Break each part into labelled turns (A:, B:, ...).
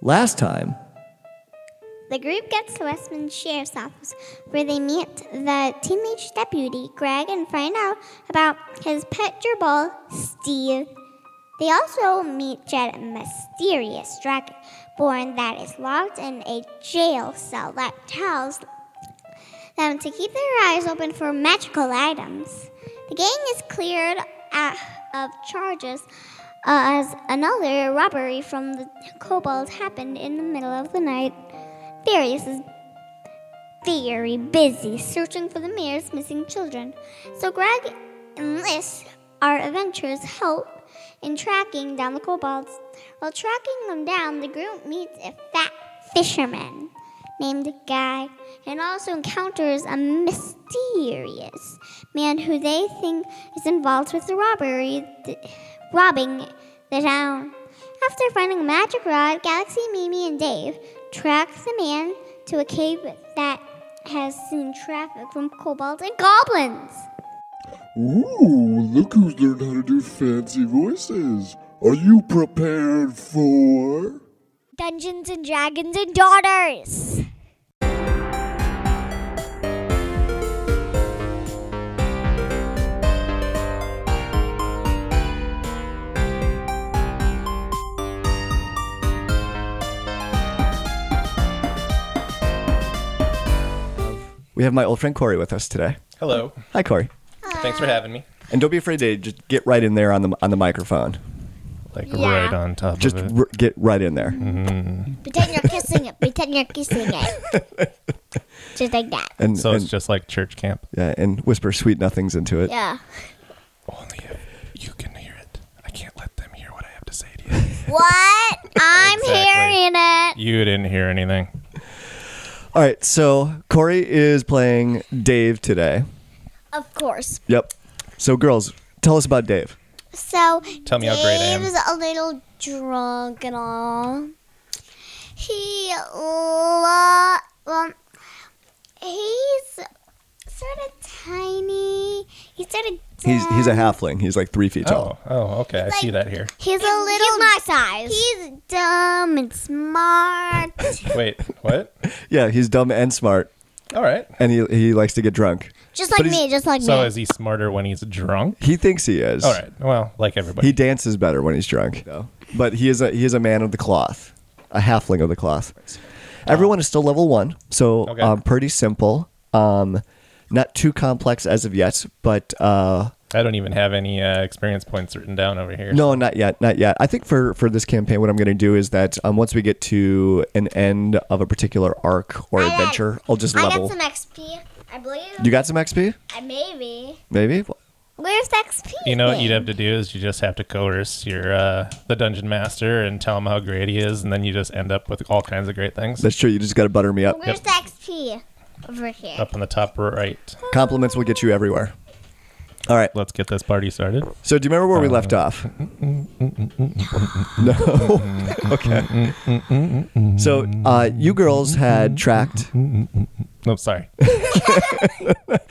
A: Last time,
B: The group gets to Westman Sheriff's Office, where they meet the teenage deputy, Greg, and find out about his pet gerbil, Steve. They also meet Jed, a mysterious dragonborn that is locked in a jail cell that tells them to keep their eyes open for magical items. The gang is cleared at, of charges as another robbery from the kobolds happened in the middle of the night. Darius is very busy searching for the mayor's missing children, so Greg enlists our adventurers' help in tracking down the kobolds. While tracking them down, the group meets a fat fisherman named Guy and also encounters a mysterious man who they think is involved with the robbery, th- robbing the town. After finding a magic rod, Galaxy, Mimi, and Dave track the man to a cave that has seen traffic from kobolds and goblins.
C: Ooh, look who's learned how to do fancy voices. Are you prepared for?
D: Dungeons and Dragons and Daughters.
A: we have my old friend Corey with us today.
E: Hello.
A: Hi, Corey.
E: Thanks for having me.
A: And don't be afraid to just get right in there on the on the microphone.
E: Like
B: Yeah.
E: right on top
A: Just
E: of it.
A: r- get right in there.
E: Mm-hmm.
B: Pretend you're kissing it. Pretend you're kissing it. Just like that.
A: And,
E: So
A: and,
E: it's just like church camp.
A: yeah, and whisper sweet nothings into it.
B: Yeah.
E: Only if you can hear it. I can't let them hear what I have to say to you.
B: What? I'm
E: Exactly.
B: hearing it.
E: you didn't hear anything.
A: All right, so Corey is playing Dave today.
D: Of course.
A: Yep. So, girls, tell us about Dave.
B: So
E: Tell me how great I am.
B: Dave's a little drunk and all. He lo- well, he's sort of tiny. He's sort of
A: He's he's a halfling. He's like three feet tall.
E: Oh, oh, okay. I see that here.
B: he's a little my size. He's dumb and smart.
E: Wait, what?
A: Yeah, he's dumb and smart,
E: All right.
A: and he he likes to get drunk.
B: just
A: But
B: like
A: he's-
B: me, just like
E: So
B: me.
E: is he smarter when he's drunk?
A: He thinks he is.
E: All right. Well, like everybody.
A: He dances better when he's drunk, though. But he is a he is a man of the cloth, a halfling of the cloth. Uh, Everyone is still level one, so
E: Okay.
A: um, pretty simple. Um, not too complex as of yet, but uh,
E: I don't even have any uh, experience points written down over here.
A: no, not yet, not yet. I think for for this campaign, what I'm going to do is that um, once we get to an end of a particular arc or
B: I got-
A: adventure, I'll just
B: I
A: level.
B: got some XP. I believe.
A: you got some XP,
B: I maybe.
A: maybe.
B: Where's the XP?
E: You know what
B: thing?
E: you'd have to do is you just have to coerce your uh, the dungeon master and tell him how great he is, and then you just end up with all kinds of great things.
A: That's true. You just got to butter me up.
B: Where's the XP? Over here.
E: Up on the top right.
A: Compliments will get you everywhere. All right.
E: Let's get this party started.
A: So do you remember where we
E: Uh,
A: left off? no. okay. So uh, you girls had tracked.
E: No, sorry.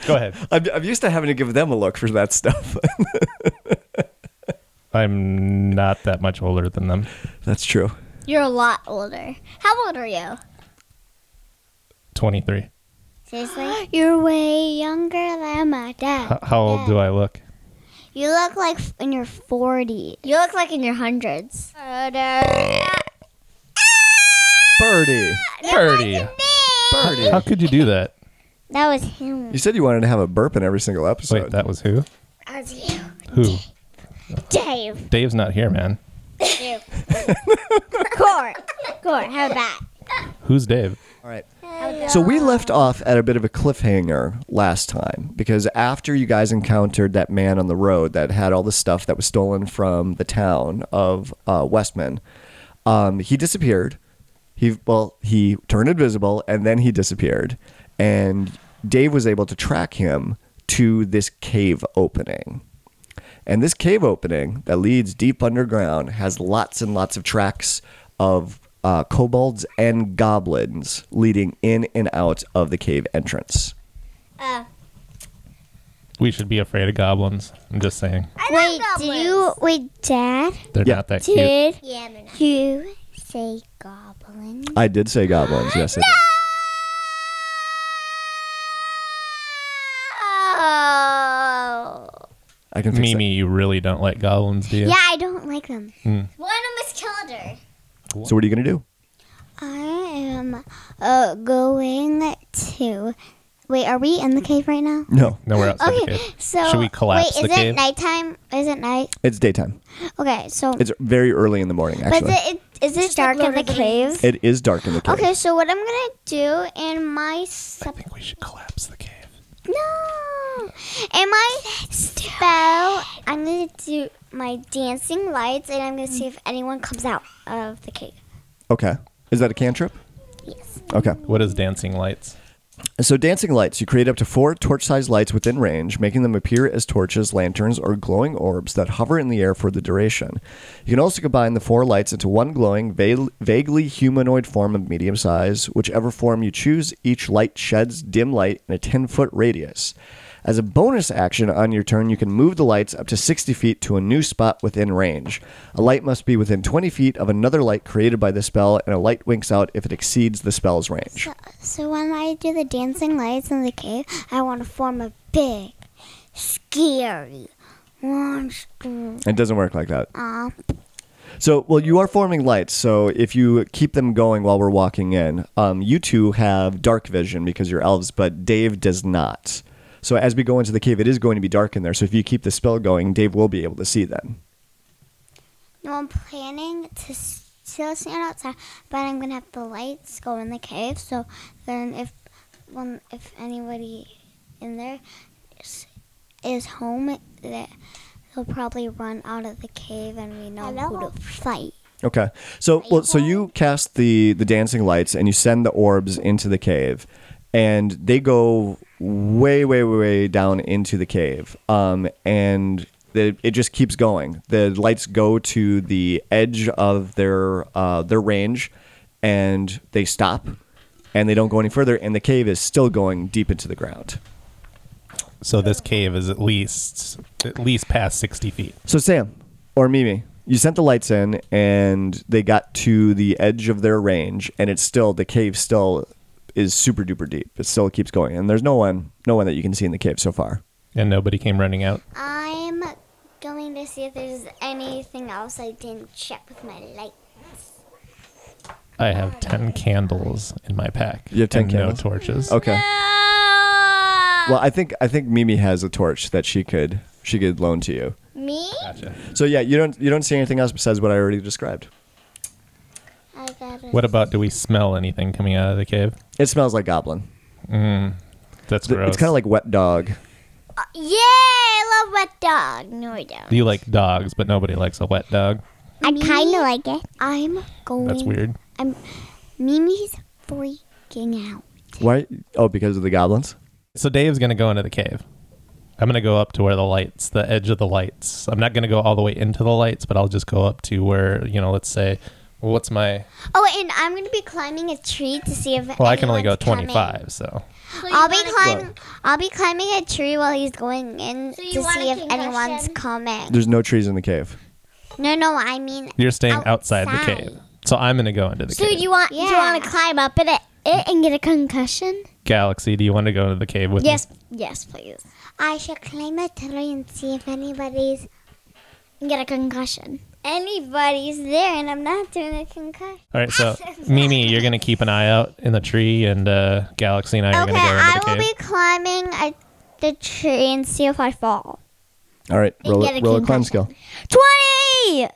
E: Go ahead.
A: I'm, I'm used to having to give them a look for that stuff.
E: I'm not that much older than them.
A: That's true.
B: You're a lot older. How old are you?
E: 23.
B: Seriously? You're way younger than my dad.
E: H- how old do I look?
B: You look like f- in your 40s. You look like in your hundreds.
A: Birdie.
E: Birdie.
A: Birdie.
E: How could you do that?
B: That was him.
A: You said you wanted to have a burp in every single episode.
E: Wait, that was who?
B: That was you.
E: Who?
B: Dave.
E: Dave's not here, man.
B: Court. Court, how about?
E: Who's Dave?
A: All right. So we left off at a bit of a cliffhanger last time because after you guys encountered that man on the road that had all the stuff that was stolen from the town of uh, Westman, um, he disappeared. He well, he turned invisible and then he disappeared. And Dave was able to track him to this cave opening. And this cave opening that leads deep underground has lots and lots of tracks of uh, kobolds and goblins leading in and out of the cave entrance.
E: We should be afraid of goblins. I'm just saying.
B: Wait, do you. Wait, Dad?
E: They're
A: Yeah.
E: not that cute.
B: Did yeah, you say goblin?
A: I did say goblins. Yes, I did.
B: Oh.
A: I can fix that.
E: Mimi, you really don't like goblins, do you?
B: Yeah, I don't like them.
D: One of us killed her.
A: So what are you gonna do?
B: I am uh, going to. Wait, are we in the cave right now?
A: No,
E: No, we're outside the
B: Okay,
E: cave.
B: so
E: Should we collapse
B: wait,
E: the
B: is
E: cave?
B: it nighttime? Is it night?
A: it's daytime.
B: Okay, so
A: It's very early in the morning.
B: but is
A: Actually,
B: it, it, is it dark in the cave?
A: it is dark in the cave.
B: Okay, so what I'm gonna do in my
E: I
B: sub-
E: think we should collapse the cave.
B: no, in my spell, I'm gonna do my dancing lights, and I'm gonna see if anyone comes out of the cave.
A: Okay. Is that a cantrip?
B: Yes.
A: Okay.
E: What is dancing lights?
A: So, dancing lights. You create up to four torch sized lights within range, making them appear as torches, lanterns, or glowing orbs that hover in the air for the duration. You can also combine the four lights into one glowing, va- vaguely humanoid form of medium size. Whichever form you choose, each light sheds dim light in a 10 foot radius. As a bonus action on your turn, you can move the lights up to 60 feet to a new spot within range. A light must be within 20 feet of another light created by the spell, and a light winks out if it exceeds the spell's range.
B: So when I do the dancing lights in the cave, I want to form a big, scary monster.
A: It doesn't work like that.
B: Uh,
A: So, well, you are forming lights. So, if you keep them going while we're walking in, um, you two have dark vision because you're elves, but Dave does not. So, as we go into the cave, it is going to be dark in there. So, if you keep the spell going, Dave will be able to see them.
B: no, I'm planning to s- still stand outside, but I'm gonna have the lights go in the cave. So then, if when if anybody in there is, is home, they, they'll probably run out of the cave, and we know who to fight.
A: Okay. So, well, so you cast the the dancing lights and you send the orbs into the cave, and they go way, way, way, way down into the cave. Um, and the, it just keeps going. The lights go to the edge of their uh, their range, and they stop, and they don't go any further. And the cave is still going deep into the ground.
E: So this cave is at least at least past sixty feet.
A: So Sam or Mimi, you sent the lights in and they got to the edge of their range and it's still the cave still is super duper deep. It still keeps going and there's no one no one that you can see in the cave so far.
E: And nobody came running out.
B: I'm going to see if there's anything else I didn't check with my light.
E: I have ten candles in my pack.
A: You have 10
E: and
A: candles?
E: No torches.
A: Okay. Well, I think I think Mimi has a torch that she could she could loan to you.
B: Me?
E: Gotcha.
A: So yeah, you don't you don't see anything else besides what I already described.
B: I got it.
E: What about do we smell anything coming out of the cave?
A: It smells like goblin.
E: That's
A: Th-
E: gross.
A: It's kind of like wet dog.
B: Yay! I love wet dog. No, I don't.
E: you like dogs, but nobody likes a wet dog.
B: I kind of like it. I'm going.
E: That's weird.
B: Mimi's freaking out.
A: Why? Oh, because of the goblins.
E: So Dave's gonna go into the cave. I'm gonna go up to where the lights, the edge of the lights. I'm not gonna go all the way into the lights, but I'll just go up to where you know. Let's say, well, what's my?
B: Oh, and I'm going to be climbing a tree to see if.
E: Well, I can only go
B: anyone's coming.
E: 25. So
B: I'll be climbing. I'll be climbing a tree while he's going in
D: you
B: to
D: want
B: see
D: a
B: if anyone's
D: concussion?
B: coming.
A: There's no trees in the cave.
B: No, no, I mean.
E: you're staying outside,
B: Outside.
E: the cave. So I'm gonna go into the
D: Dude,
E: cave.
D: you want you
B: Yeah.
D: want to climb up in it, it and get a concussion?
E: Galaxy, do you want to go into the cave with
D: Yes, yes, please.
B: I should climb a tree and see if anybody's
D: And get a concussion.
B: anybody's there, and I'm not doing a concussion.
E: me? All right. So Mimi, you're gonna keep an eye out in the tree, and uh, Galaxy and I are
B: Okay,
E: gonna go into
B: I
E: the
B: will
E: cave.
B: be climbing a, the tree and see if I fall.
A: All right, roll
D: get
A: a,
D: a
A: roll a climb
D: concussion.
A: skill.
B: Twenty.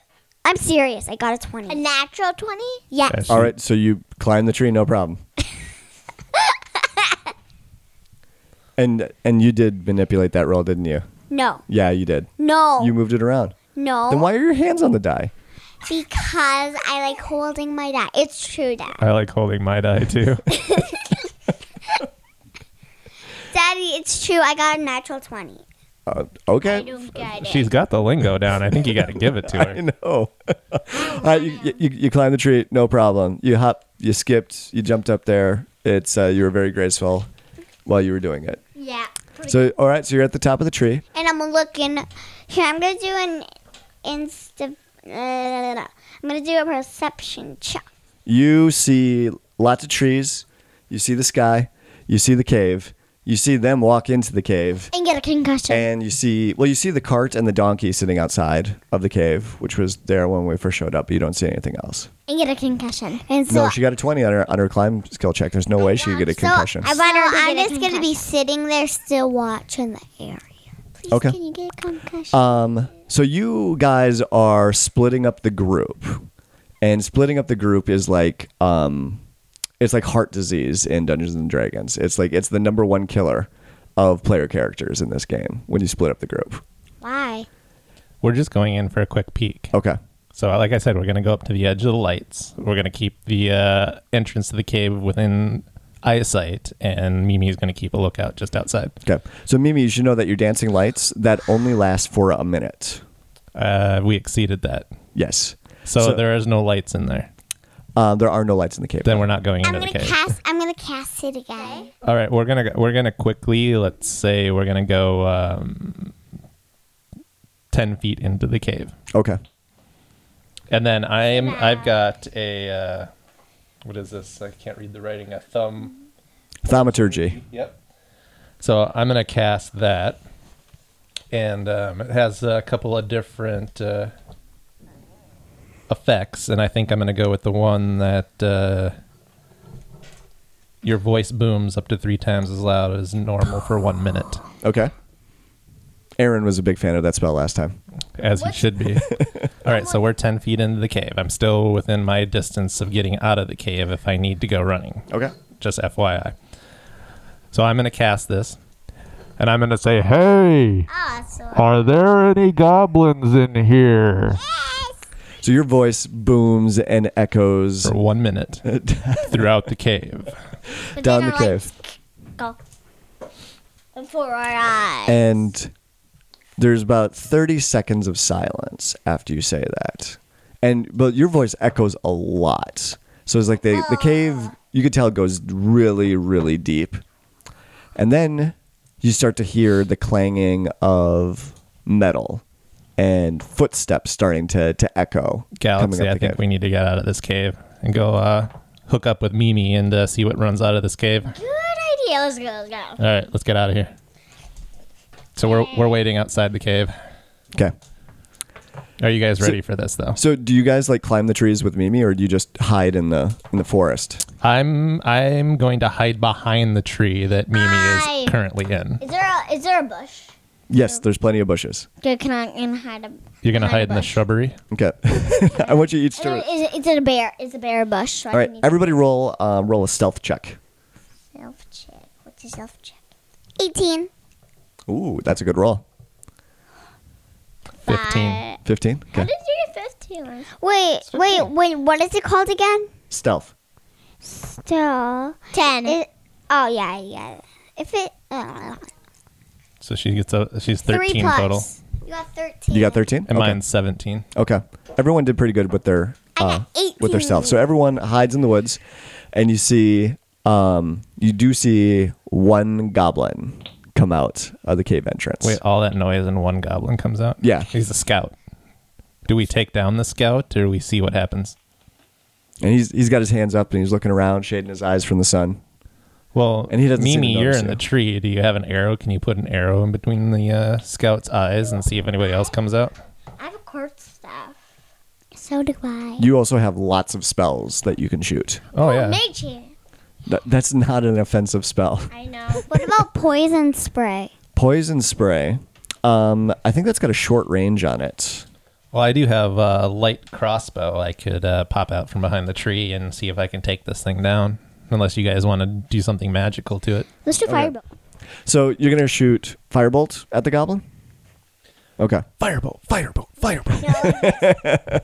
B: I'm serious. I got a twenty.
D: A natural twenty?
B: yes.
E: Okay, so
A: All right, so you climb the tree, no problem. and and you did manipulate that roll, didn't you?
B: No.
A: Yeah, you did.
B: No.
A: You moved it around.
B: no.
A: Then why are your hands on the die?
B: Because I like holding my dad. It's true, Dad.
E: I like holding my die too.
B: Daddy, it's true. I got a natural twenty.
A: Uh, okay.
E: She's got the lingo down. I think you got to give it to
A: I
E: her.
A: know. All right, you, you, you climb the tree, no problem. You hop, you skipped, you jumped up there. It's uh, you were very graceful while you were doing it.
B: Yeah.
A: So all right, so you're at the top of the tree.
B: And uh, I'm looking. Here, I'm gonna do an insta. I'm I'm gonna do a perception check.
A: You see lots of trees. You see the sky. You see the cave. You see them walk into the cave.
D: And get a concussion.
A: And you see, well, you see the cart and the donkey sitting outside of the cave, which was there when we first showed up, but you don't see anything else.
D: And get a concussion.
B: And so Oh
A: No, she got a 20 on her, on her climb skill check. There's no way she could get a concussion.
B: So, I wonder,
D: So
B: I'm
D: they get a
B: just going to be sitting there still watching the area. Please,
A: Okay.
B: Can you get a concussion?
A: Um, so you guys are splitting up the group, and splitting up the group is like um, it's like heart disease in Dungeons and Dragons. It's like it's the number one killer of player characters in this game when you split up the group.
B: Why?
E: We're just going in for a quick peek.
A: Okay.
E: So, like I said, we're going to go up to the edge of the lights. We're going to keep the uh, entrance to the cave within eyesight, and Mimi's going to keep a lookout just outside.
A: Okay. So Mimi, you should know that your dancing lights that only last for a minute.
E: Uh, we exceeded that.
A: Yes.
E: So,
A: So-
E: there is no lights in there.
A: Uh, there are no lights in the cave.
E: Then we're not going
B: I'm
E: into
B: going
E: the
B: to
E: cave.
B: cast. I'm going to cast it again.
E: All right, we're gonna we're gonna quickly. Let's say we're gonna go um, ten feet into the cave,
A: Okay.
E: and then I'm I've got a uh, what is this? I can't read the writing. A thumb.
A: Thaumaturgy.
E: Yep. So I'm gonna cast that, and um, it has a couple of different uh, effects, and I think I'm gonna go with the one that. Uh, your voice booms up to three times as loud as normal for one minute.
A: Okay. Aaron was a big fan of that spell last time.
E: as you should be. All right,
A: Oh
E: so we're 10 feet into the cave. I'm still within my distance of getting out of the cave if I need to go running.
A: Okay.
E: Just FYI. So I'm going to cast this, and I'm going to say, Hey, are there any goblins in here?
A: So your voice booms and echoes
E: For one minute throughout the cave.
A: down the cave.
D: Go. And for our eyes.
A: And there's about 30 seconds of silence after you say that. And but your voice echoes a lot. So it's like the the cave you could tell goes really really deep. And then you start to hear the clanging of metal and footsteps starting to to echo coming
E: Galaxy,
A: up
E: I
A: the
E: think
A: cave.
E: we need to get out of this cave and go uh, hook up with Mimi and uh, see what runs out of this cave.
D: Good idea. Let's go. Let's go.
E: All right, let's get out of here. So we're, we're waiting outside the cave.
A: Okay.
E: Are you guys ready for this though?
A: So do you guys like climb the trees with Mimi or do you just hide in the in the forest?
E: I'm I'm going to hide behind the tree that Mimi
D: Hi.
E: is currently in.
D: Is there a is there a bush?
A: Yes, there's plenty of bushes.
D: Good. Can I and hide a?
E: You're gonna
D: Behind
E: hide in the
D: bush.
E: shrubbery.
A: Okay. I want you each to
D: Is it, it's a bear? It's a bear bush. So
A: All
D: I
A: right,
D: can
A: everybody roll uh, roll a stealth check.
D: self check. What's a self check?
B: 18.
A: Ooh, that's a good roll.
E: Fifteen.
A: 15. Okay.
D: Did you get fifteen?
B: Wait, wait, wait. What is it called again?
A: Stealth.
B: Still.
D: Ten.
B: It, oh, yeah, yeah. If it. Uh,
E: So she gets a she's
B: three
E: thirteen
B: plus.
E: total,
B: You got 13.
A: You got 13?
E: and
A: okay.
E: mine's seventeen.
A: Okay. Everyone did pretty good with their uh, with their stealth. So everyone hides in the woods and you see um you do see one goblin come out of the cave entrance.
E: Wait, all that noise and one goblin comes out.
A: Yeah.
E: he's a scout. Do we take down the scout or do we see what happens?
A: And he's he's got his hands up and he's looking around shading his eyes from the sun.
E: Well,
A: And he doesn't seem
E: Mimi,
A: to
E: you're
A: notice
E: in
A: you.
E: the tree. Do you have an arrow? Can you put an arrow in between the uh, scout's eyes and see if anybody else comes out?
D: I have a quartz staff.
B: So do I.
A: You also have lots of spells that you can shoot.
E: Oh yeah.
D: Mage here.
A: Th- that's not an offensive spell.
D: I know.
B: What about poison spray?
A: Poison spray. Um, I think that's got a short range on it.
E: Well, I do have a light crossbow. I could uh, pop out from behind the tree and see if I can take this thing down. Unless you guys want to do something magical to it.
D: Let's do fireball.
A: So you're gonna shoot firebolt at the goblin. Okay.
E: Firebolt, firebolt, firebolt.
D: Here,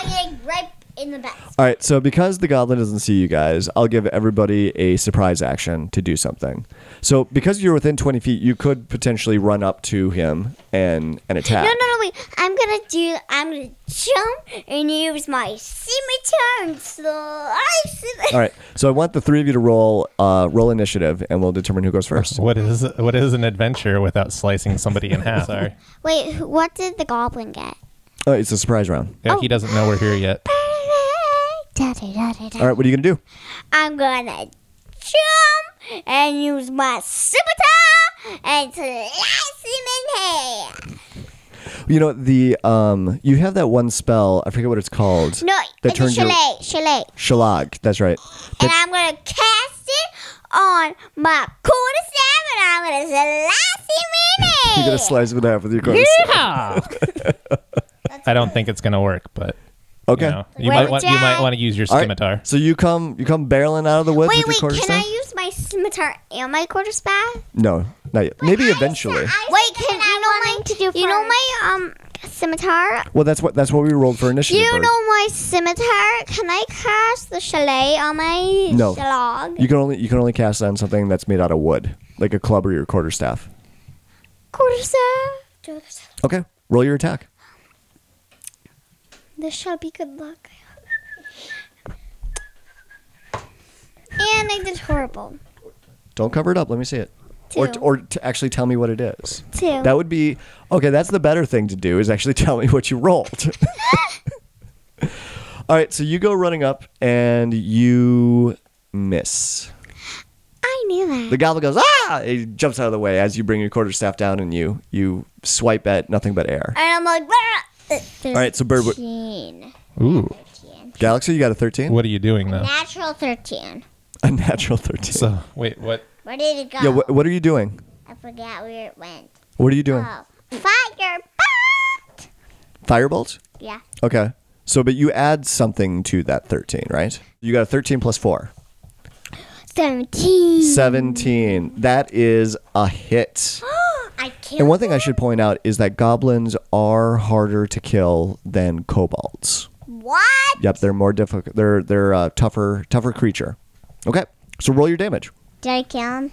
D: I'm getting right in the back.
A: All right. So because the goblin doesn't see you guys, I'll give everybody a surprise action to do something. So because you're within 20 feet, you could potentially run up to him and and attack.
B: No, no, no, wait. I'm gonna do. I'm gonna jump and use my scimitar and slice. it.
A: All right. So I want the three of you to roll uh, roll initiative, and we'll determine who goes first.
E: what is what is an adventure without slicing somebody in half? Sorry.
B: Wait, who- what did the goblin get?
A: Oh, it's a surprise round.
E: Yeah, he doesn't know we're here yet.
D: Da, da, da, da, da.
A: All right, what are you gonna do?
D: I'm gonna jump and use my super time and slice him in half.
A: You know the um, you have that one spell. I forget what it's called.
B: No,
A: that
B: it's a
A: turns your
B: chalet, chalet.
A: shalag. That's right.
B: And I'm going to cast it on my quarter staff and I'm going to slice him
A: You're
B: in
A: gonna
B: it.
A: slice it half with your quarter.
E: I don't think it's gonna work, but
A: Okay.
E: you, know, you
B: Well,
E: might want you might
B: Jack-
E: want to use your
A: All right,
E: scimitar.
A: So you come you come barreling out of the woods with
B: Wait,
A: your
B: wait,
A: quarter
B: can
A: staff?
B: I use my scimitar and my quarter staff?
A: No, not yet. Maybe eventually.
B: Wait, can you know my you know my um scimitar?
A: Well, that's what that's what we rolled for initiative.
B: You
A: Bird.
B: know my scimitar? Can I cast the chalet on my
A: No.
B: shalog?
A: You can only you can only cast it on something that's made out of wood, like a club or your quarter staff.
B: Quarter staff.
A: Okay. Roll your attack.
B: This shall be good luck. And I did horrible.
A: Don't cover it up. Let me see it. Or,
B: Two.
A: or to actually tell me what it is.
B: Two.
A: That would be okay. That's the better thing to do is actually tell me what you rolled. All right, so you go running up and you miss.
B: I knew that.
A: The goblin goes ah! He jumps out of the way as you bring your quarterstaff down and you you swipe at nothing but air.
B: and I'm like, "Brr."
A: All right, so bird, what-
D: Thirteen.
E: Ooh,
A: galaxy, you got a thirteen,
E: what are you doing now?
D: Natural 13.
A: a natural thirteen.
E: So wait, what?
D: Where did it go?
A: yeah, what, what are you doing?
D: I forgot where it went.
A: What are you doing?
D: Oh. Fire.
A: Firebolt.
D: Yeah.
A: Okay. So, but you add something to that thirteen, right? You got a thirteen plus four.
D: 17.
A: 17. That is a hit.
D: I can't.
A: And one thing I should point out is that goblins are harder to kill than kobolds.
D: What?
A: Yep, they're more difficult. They're they're uh, tougher tougher creature. Okay, so roll your damage.
D: Did I kill him?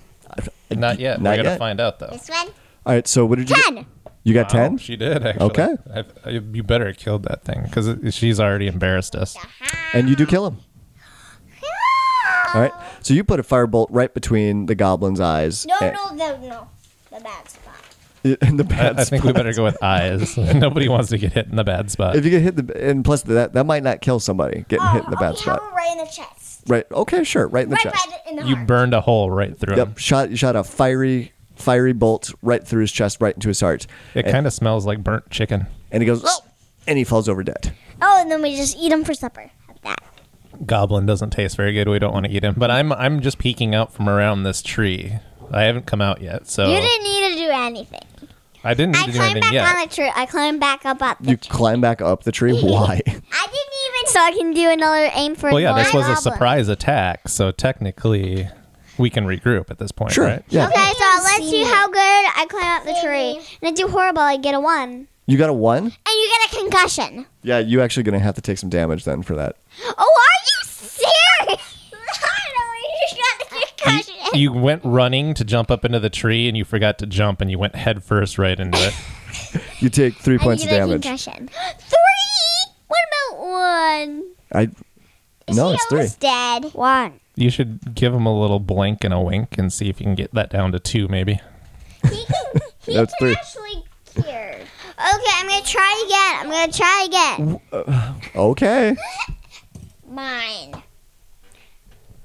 E: Not yet.
A: Not
E: We're gonna
A: yet.
E: find out though.
D: This one?
A: All right, so what did you? get?
D: 10.
A: You got
E: Wow,
A: ten.
E: Oh, She did actually.
A: Okay.
E: I, I, you better have killed that thing because she's already embarrassed us.
A: and you do kill him. All right, so you put a firebolt right between the goblin's eyes. and,
D: no, no. The bad spot.
A: and the
E: I,
A: bad
E: I think we better go with eyes. Nobody wants to get hit in the bad spot.
A: If you get hit in the and plus that that might not kill somebody getting hit
D: Oh,
A: in the bad spot.
D: right in the chest.
A: Right. Okay. Sure. Right in the chest.
D: in the
E: You burned a hole right through him.
A: Yep, shot shot a fiery fiery bolt right through his chest, right into his heart,
E: It kind of smells like burnt chicken.
A: and he goes, oh, and he falls over dead.
D: Oh, and then we just eat them for supper.
A: Oh.
D: Like that.
E: Goblin doesn't taste very good. We don't want to eat him. But I'm I'm just peeking out from around this tree. I haven't come out yet, so
D: You didn't need to do anything.
E: I didn't need
D: I
E: to do
D: climbed
E: anything
D: back
E: yet.
D: on the tree. I climbed back up up. The
A: You climb back up the tree. Why?
D: I didn't even. So I can do another aim
A: Oh,
D: for.
E: Well, yeah, this was a
D: goblin.
E: surprise attack, so technically we can regroup at this point,
A: Sure.
E: right?
A: Yeah.
B: Okay, so let's see how good I climb up the tree. And I do horrible, I get a one. And
A: You got a one.
B: you get a concussion.
A: Yeah, you actually gonna have to take some damage then for that.
B: Oh, are you serious? you just got the concussion.
E: You went running to jump up into the tree, and you forgot to jump, and you went head first right into it.
A: You take three points of
D: You get a
A: damage.
D: concussion.
B: Three? What about one?
A: I. No, it's three.
B: Dead.
D: One.
E: you should give him a little blink and a wink, and see if you can get that down to two, maybe.
A: That's three.
B: Actually cured. Okay, I'm gonna try again. I'm gonna try again.
A: Okay.
D: Mine.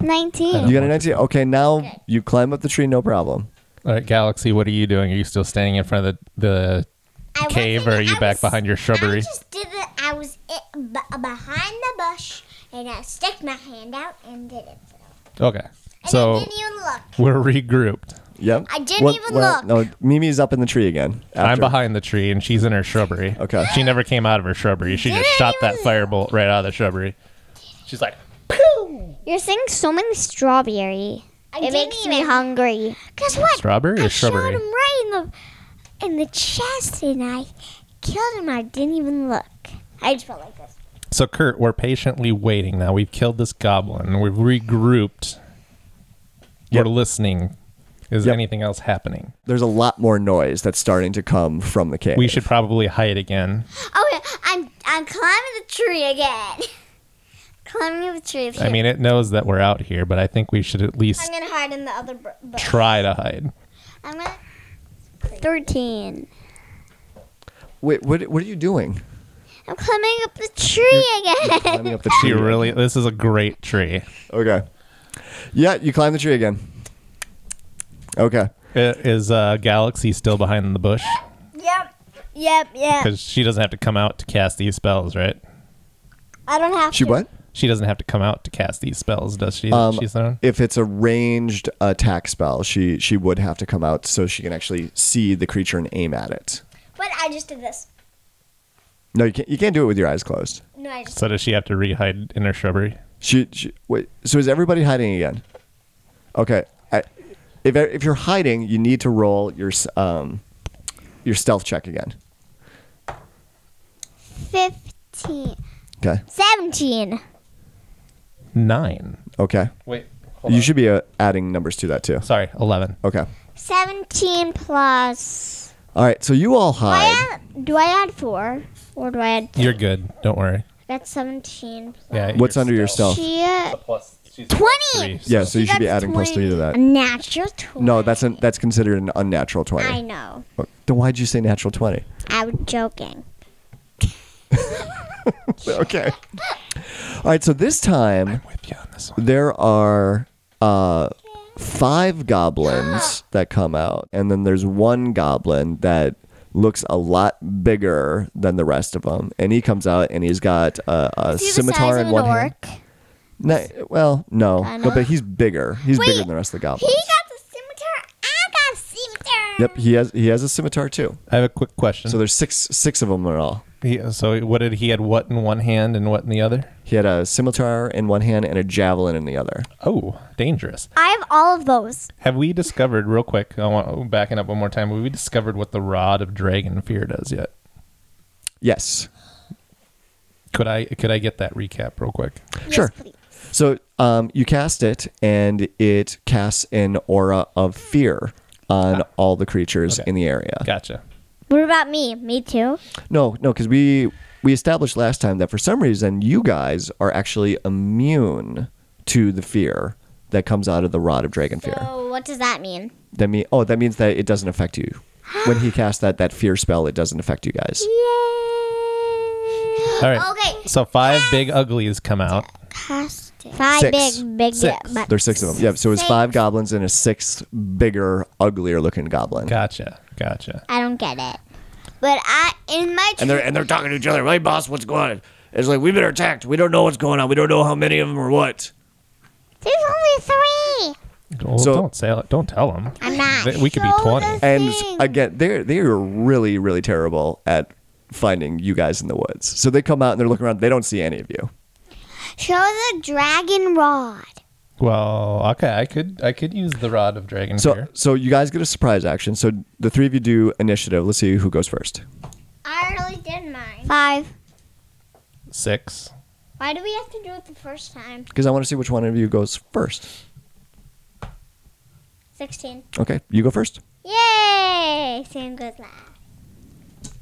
B: 19.
A: You got a nineteen. Okay, now you climb up the tree, no problem.
E: All right, Galaxy, what are you doing? Are you still standing in front of the, the cave, or are you back behind your
D: I
E: shrubbery?
D: just did it. I was it, b- behind the bush, and I stuck my hand out and did it.
E: Okay,
D: And I
E: so
D: didn't even look.
E: we're regrouped.
A: Yep.
D: I didn't even
A: look. No, Mimi's up in the tree again.
E: I'm
A: after.
E: behind the tree, and she's in her shrubbery.
A: Okay.
E: she never came out of her shrubbery. She just shot that firebolt right out of the shrubbery. She's like,
B: You're saying so many strawberry.
D: I
B: It
D: didn't
B: makes me
D: even-
B: hungry.
D: Guess what?
E: strawberry or
D: I
E: shrubbery?
D: shot him right in the in the chest, and I killed him. I didn't even look. I just felt like this.
E: So, Kurt, we're patiently waiting now. We've killed this goblin. We've regrouped.
A: Yep.
E: We're listening. Is
A: Yep.
E: anything else happening?
A: There's a lot more noise that's starting to come from the cave.
E: We should probably hide again.
D: Okay, I'm I'm climbing the tree again. climbing the tree.
E: I mean, it knows that we're out here, but I think we should at least
D: gonna hide in the other bush.
E: try to hide.
D: I'm gonna.
B: 13.
A: Wait, what? What are you doing?
B: I'm climbing up the tree again.
A: Climbing up the tree.
E: You really, this is a great tree.
A: Okay. Yeah, you climb the tree again. Okay.
E: I- Is uh, Galaxy still behind the bush?
D: Yep. Yep. Yep.
E: Because she doesn't have to come out to cast these spells, right?
D: I don't have
A: She
D: to.
A: what?
E: She doesn't have to come out to cast these spells, does she?
A: Um,
E: She's not.
A: If it's a ranged attack spell, she she would have to come out so she can actually see the creature and aim at it.
D: But I just did this.
A: No, you can't. You can't do it with your eyes closed.
D: No, I just.
E: So does she have to rehide in her shrubbery?
A: She, she wait. So is everybody hiding again? Okay. I, if if you're hiding, you need to roll your s- um your stealth check again.
B: 15.
A: Okay.
B: 17.
E: Nine.
A: Okay.
E: Wait.
A: you should be uh, adding numbers to that too.
E: Sorry, eleven.
A: Okay.
B: 17 plus.
A: All right. So you all
B: Do
A: hide.
B: I, add, do I add 4? Or do I add.
E: You're good. Don't worry.
B: That's 17. plus-
E: Yeah.
A: What's under your stealth?
B: She. uh,
E: Plus, she's
B: 20!
E: three.
A: Yeah. So you should be
B: That's
A: adding plus three to
B: 20.
A: that.
B: A natural 20.
A: No, that's an that's considered an unnatural twenty.
B: I know.
A: Then why'd you say natural twenty?
B: I was joking.
A: okay. All right. So this time
E: With you on this one.
A: there are uh, five goblins that come out, and then there's one goblin that looks a lot bigger than the rest of them, and he comes out and he's got a, a
B: He's
A: scimitar
B: the
A: in
B: size of an
A: one hand.
B: orc.
A: No, well, no,
B: Kinda.
A: but, but he's bigger. He's bigger
B: Wait,
A: than the rest of the
B: He
A: goblins.
B: got the scimitar. I got a scimitar.
A: Yep, he has he has a scimitar too.
E: I have a quick question.
A: So there's six six of them in all.
E: He, so what did he had? What in one hand and what in the other?
A: He had a scimitar in one hand and a javelin in the other.
E: Oh, dangerous.
B: I have all of those.
E: Have we discovered real quick? I want backing up one more time. Have we discovered what the rod of dragon fear does yet?
A: Yes.
E: Could I could I get that recap real quick?
A: sure. So um, you cast it, and it casts an aura of fear on all the creatures
E: Ah. Okay.
A: in the area.
E: Gotcha.
B: What about me? Me too.
A: No, no, because we we established last time that for some reason you guys are actually immune to the fear that comes out of the rod of dragon fear.
B: So Oh, what does that mean?
A: That mean oh that means that it doesn't affect you. When he casts that that fear spell, it doesn't affect you guys.
E: All right.
B: Okay. Um,
E: So five big uglies come out.
B: Five
A: Six.
B: big, big.
E: Six.
B: but-
A: There's six of them. Yeah, so it's
B: Six.
A: five goblins and a sixth bigger, uglier looking goblin.
E: Gotcha. Gotcha.
B: I don't get it. But I in my
F: and they're and they're talking to each other. Hey, boss, what's going on? It's like we've been attacked. We don't know what's going on. We don't know how many of them or what.
B: there's only three.
E: Well,
A: So-
E: don't say. Don't tell them.
B: I'm not.
E: We could be
B: So
E: twenty.
B: does-
A: And
B: Thing.
A: again, they're they are really really terrible at finding you guys in the woods. So they come out and they're looking around. They don't see any of you.
B: Show the dragon rod.
E: Well, okay. I could I could use the rod of dragon
A: So
E: fear.
A: so you guys get a surprise action. So the three of you do initiative. Let's see who goes first.
B: I already did mine. Five.
E: Six.
B: Why do we have to do it the first time?
A: Because I want to see which one of you goes first.
B: Sixteen.
A: Okay, you go first.
B: Yay! Sam goes last.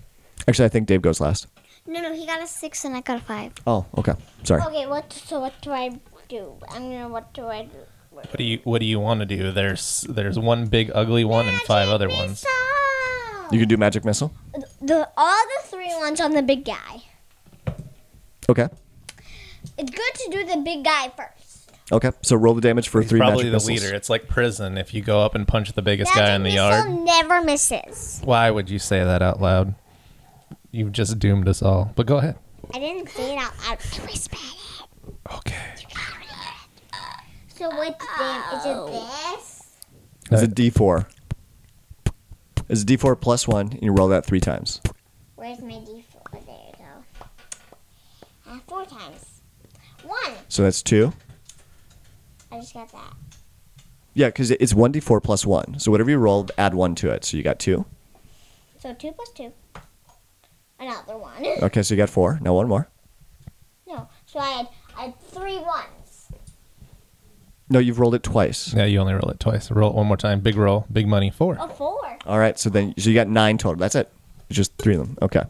A: Actually, I think Dave goes last.
B: No, no, he got a six and I got a five.
A: Oh, okay. Sorry.
B: Okay, what? So what do I do? I'm gonna. What do I do?
E: What do you What do you want to do? There's There's one big ugly one and five other ones.
A: You can do magic missile.
B: The all the three ones on the big guy.
A: Okay.
B: It's good to do the big guy first.
A: Okay. So roll the damage for
E: He's
A: three
E: probably
A: magic
E: the
A: missiles.
E: leader. It's like prison. If you go up and punch the biggest guy in the
B: missile
E: yard,
B: never misses.
E: why would you say that out loud? You've just doomed us all. But go ahead.
B: I didn't say it out loud. I whispered it.
E: Okay.
B: So what's Oh. damage? Is it this?
A: It's a D four. It's a D four plus one, and you roll that three times.
B: Where's my D4? There you go. Uh, four times. One.
A: So that's two.
B: I just got that.
A: Yeah, because it's one D four plus one. So whatever you rolled, add one to it. So you got two.
B: So two plus two. Another one.
A: Okay, so you got four. Now one more.
B: No. So I had, I had three ones.
A: No, you've rolled it twice.
E: Yeah, you only roll it twice. Roll it one more time. Big roll. Big money. Four.
B: Oh, four.
A: All right, so then so you got nine total. That's it. Just three of them. Okay.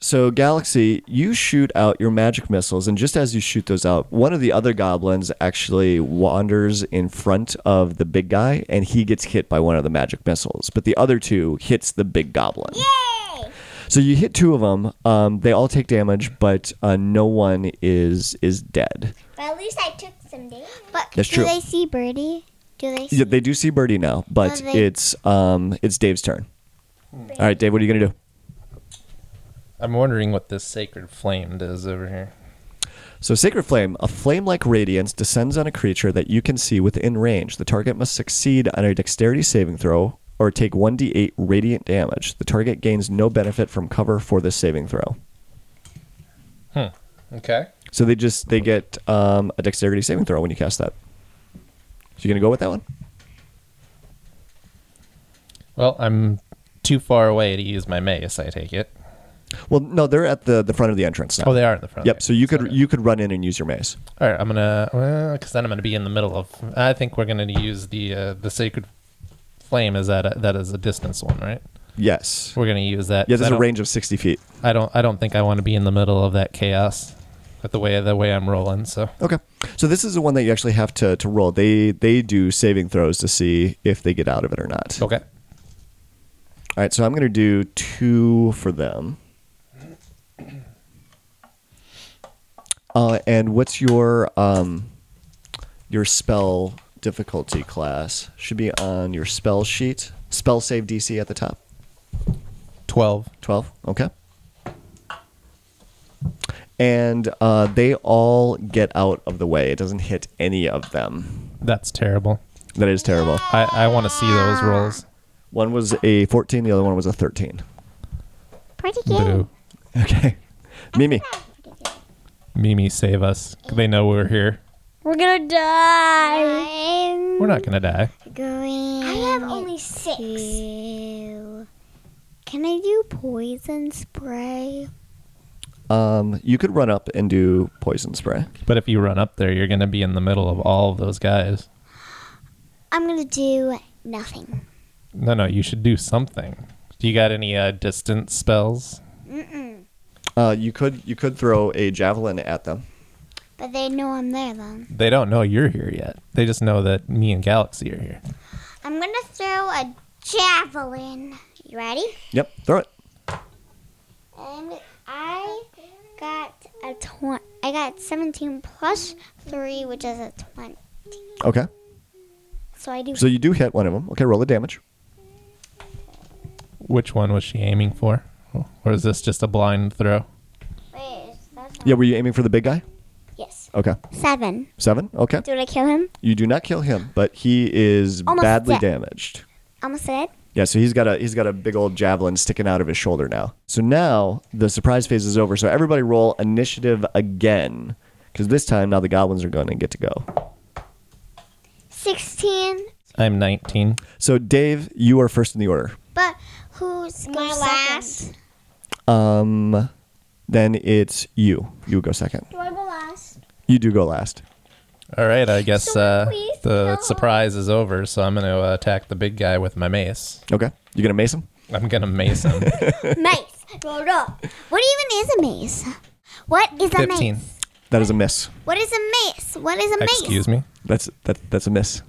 A: So Galaxy, you shoot out your magic missiles, and just as you shoot those out, one of the other goblins actually wanders in front of the big guy, and he gets hit by one of the magic missiles. But the other two hits the big goblin.
B: Yay!
A: So you hit two of them. Um, they all take damage, but uh, no one is is dead.
B: But at least I took some damage.
D: But
A: That's
B: do
A: true.
B: they see Birdie? Do they see
A: Yeah, they do see Birdie now, but
B: Well, they-
A: it's um, it's Dave's turn. All right, Dave, what are you gonna do?
E: I'm wondering what this sacred flame does over here.
A: So, Sacred Flame, a flame like radiance, descends on a creature that you can see within range. The target must succeed on a dexterity saving throw or take 1d8 radiant damage. The target gains no benefit from cover for this saving throw.
E: Okay.
A: So, they just they get um, a dexterity saving throw when you cast that. So, you going to go with that one?
E: Well, I'm too far away to use my mace. I take it.
A: Well, no, they're at the, the front of the entrance now.
E: Oh, they are in the front.
A: Yep,
E: there.
A: so you could
E: Sorry.
A: you could run in and use your mace.
E: All right, I'm gonna well, because then I'm gonna be in the middle of. I think we're gonna use the uh, the sacred flame. Is that a, that is a distance one, right?
A: Yes.
E: We're gonna use that.
A: Yeah,
E: 'cause I
A: there's a
E: don't-
A: range of 60 feet.
E: I don't. I don't think I want to be in the middle of that chaos, with the way the way I'm rolling. So
A: Okay. So this is the one that you actually have to, to roll. They they do saving throws to see if they get out of it or not.
E: okay.
A: All right, so I'm going to do two for them. Uh, and what's your um, your spell difficulty class? Should be on your spell sheet. Spell save DC at the top.
E: Twelve.
A: Twelve. Okay. And uh, they all get out of the way. It doesn't hit any of them.
E: That's terrible.
A: That is terrible.
E: I I want to see those rolls.
A: One was a 14. The other one was a 13.
B: Pretty good.
E: Boo.
A: Okay. Mimi.
E: Mimi, save us. They know we're here.
D: we're gonna die.
B: I'm
E: We're not gonna die.
B: going.
D: I have only six.
B: to- Can I do poison spray?
A: Um, you could run up and do poison spray.
E: But if you run up there, you're gonna be in the middle of all of those guys.
B: I'm gonna do nothing.
E: No, no, you should do something. Do you got any uh, distance spells?
A: Uh, you could you could throw a javelin at them.
B: But they know I'm there though.
E: They don't know you're here yet. They just know that me and Galaxy are here.
B: I'm gonna throw a javelin. You ready?
A: Yep, throw it.
B: And I got a tw- I got 17 plus 3, which is a 20.
A: Okay,
B: So I do
A: so you do hit one of them. Okay, roll the damage.
E: Which one was she aiming for? Or is this just a blind throw?
B: Wait, is that
A: Yeah, were you aiming for the big guy?
B: Yes.
A: Okay,
B: 7.
A: seven. Okay,
B: Did I kill him?
A: you do not kill him, but he is
B: Almost
A: badly
B: dead.
A: damaged.
B: Almost dead.
A: Yeah, so he's got a he's got a big old javelin sticking out of his shoulder now. So now the surprise phase is over. So everybody roll initiative again, because this time now the goblins are going to get to go.
B: 16.
E: I'm 19.
A: So Dave, you are first in the order.
B: But who's
D: My
B: goes
D: last.
B: second?
A: Um, then it's you. You go second.
B: Do I go last?
A: You do go last.
E: All right, I guess uh,
B: please
E: the
B: tell
E: surprise is over, so I'm going to uh, attack the big guy with my mace.
A: Okay. You gonna mace him?
E: I'm going to mace him.
B: mace. Roll up. What even is a mace? What is a
E: 15.
B: mace?
A: That is a miss.
B: What is a mace? What is a mace?
E: Excuse me.
A: That's that, that's a miss.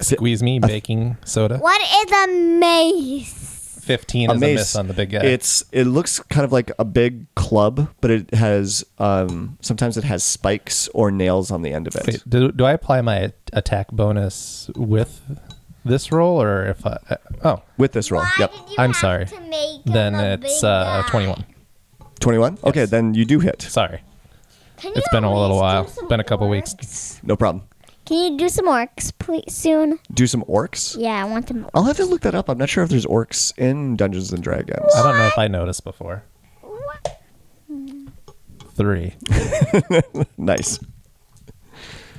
E: Squeeze me, baking soda.
B: What is a mace?
E: 15 is a miss on the big guy.
A: It's it looks kind of like a big club, but it has um sometimes it has spikes or nails on the end of it.
E: Wait, do, do I apply my attack bonus with this roll, or if I. Uh, oh,
A: With this roll. Yep.
B: you
E: I'm sorry.
B: make
E: Then it's uh, 21.
A: Twenty one? Okay, then you do hit.
E: Sorry.
B: Can
E: It's been a little while. Been a couple weeks.
A: No problem.
D: Can you do some orcs, please, soon?
A: Do some orcs.
D: Yeah, I want them.
A: I'll have to look that up. I'm not sure if there's orcs in Dungeons and Dragons.
E: I don't know if I noticed before. Three.
A: Nice.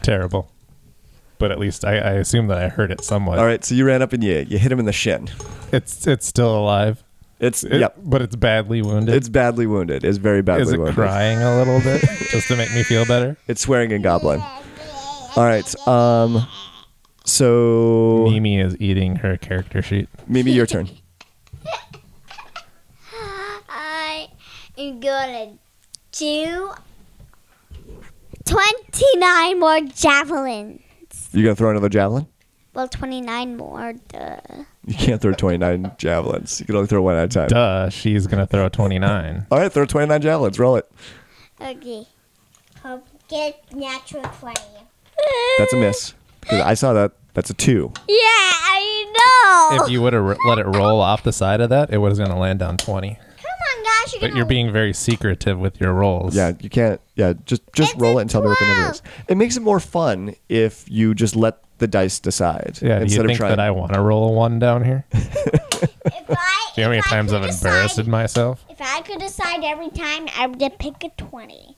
E: Terrible. But at least I, I assume that I heard it somewhat.
A: All right, so you ran up and you you hit him in the shin.
E: It's it's still alive.
A: It's
E: It-
A: yep.
E: But it's badly wounded.
A: It's badly wounded. It's very badly
E: Is it
A: wounded.
E: crying a little bit just to make me feel better?
A: It's swearing in goblin. All right. Um. So
E: Mimi is eating her character sheet.
A: Mimi, your turn.
D: I am gonna do 29 more javelin.
A: You gonna throw another javelin?
D: Well, 29 more. Duh.
A: You can't throw 29 javelins. You can only throw one at a time.
E: Duh, she's gonna throw a twenty-nine.
A: All right, throw 29 javelins. Roll it.
D: Okay.
B: Hope get natural 20.
A: That's a miss. 'Cause I saw that. That's a two.
D: Yeah, I know.
E: If you would have r- let it roll off the side of that, it was gonna land on twenty.
D: Come on, guys. You're
E: But
D: gonna
E: you're being very secretive with your rolls.
A: Yeah, you can't. Yeah, just just
D: It's
A: roll
D: a
A: it and tell me what the number is. It makes it more fun if you just let the dice decide
E: Yeah. Do
A: instead
E: you
A: of
E: think
A: trying.
E: that I want to roll a one down here? Do
D: if I,
E: you know how many
D: if I
E: times
D: could
E: I've
D: decide-
E: embarrassed myself?
D: If I could decide every time, I would pick a 20.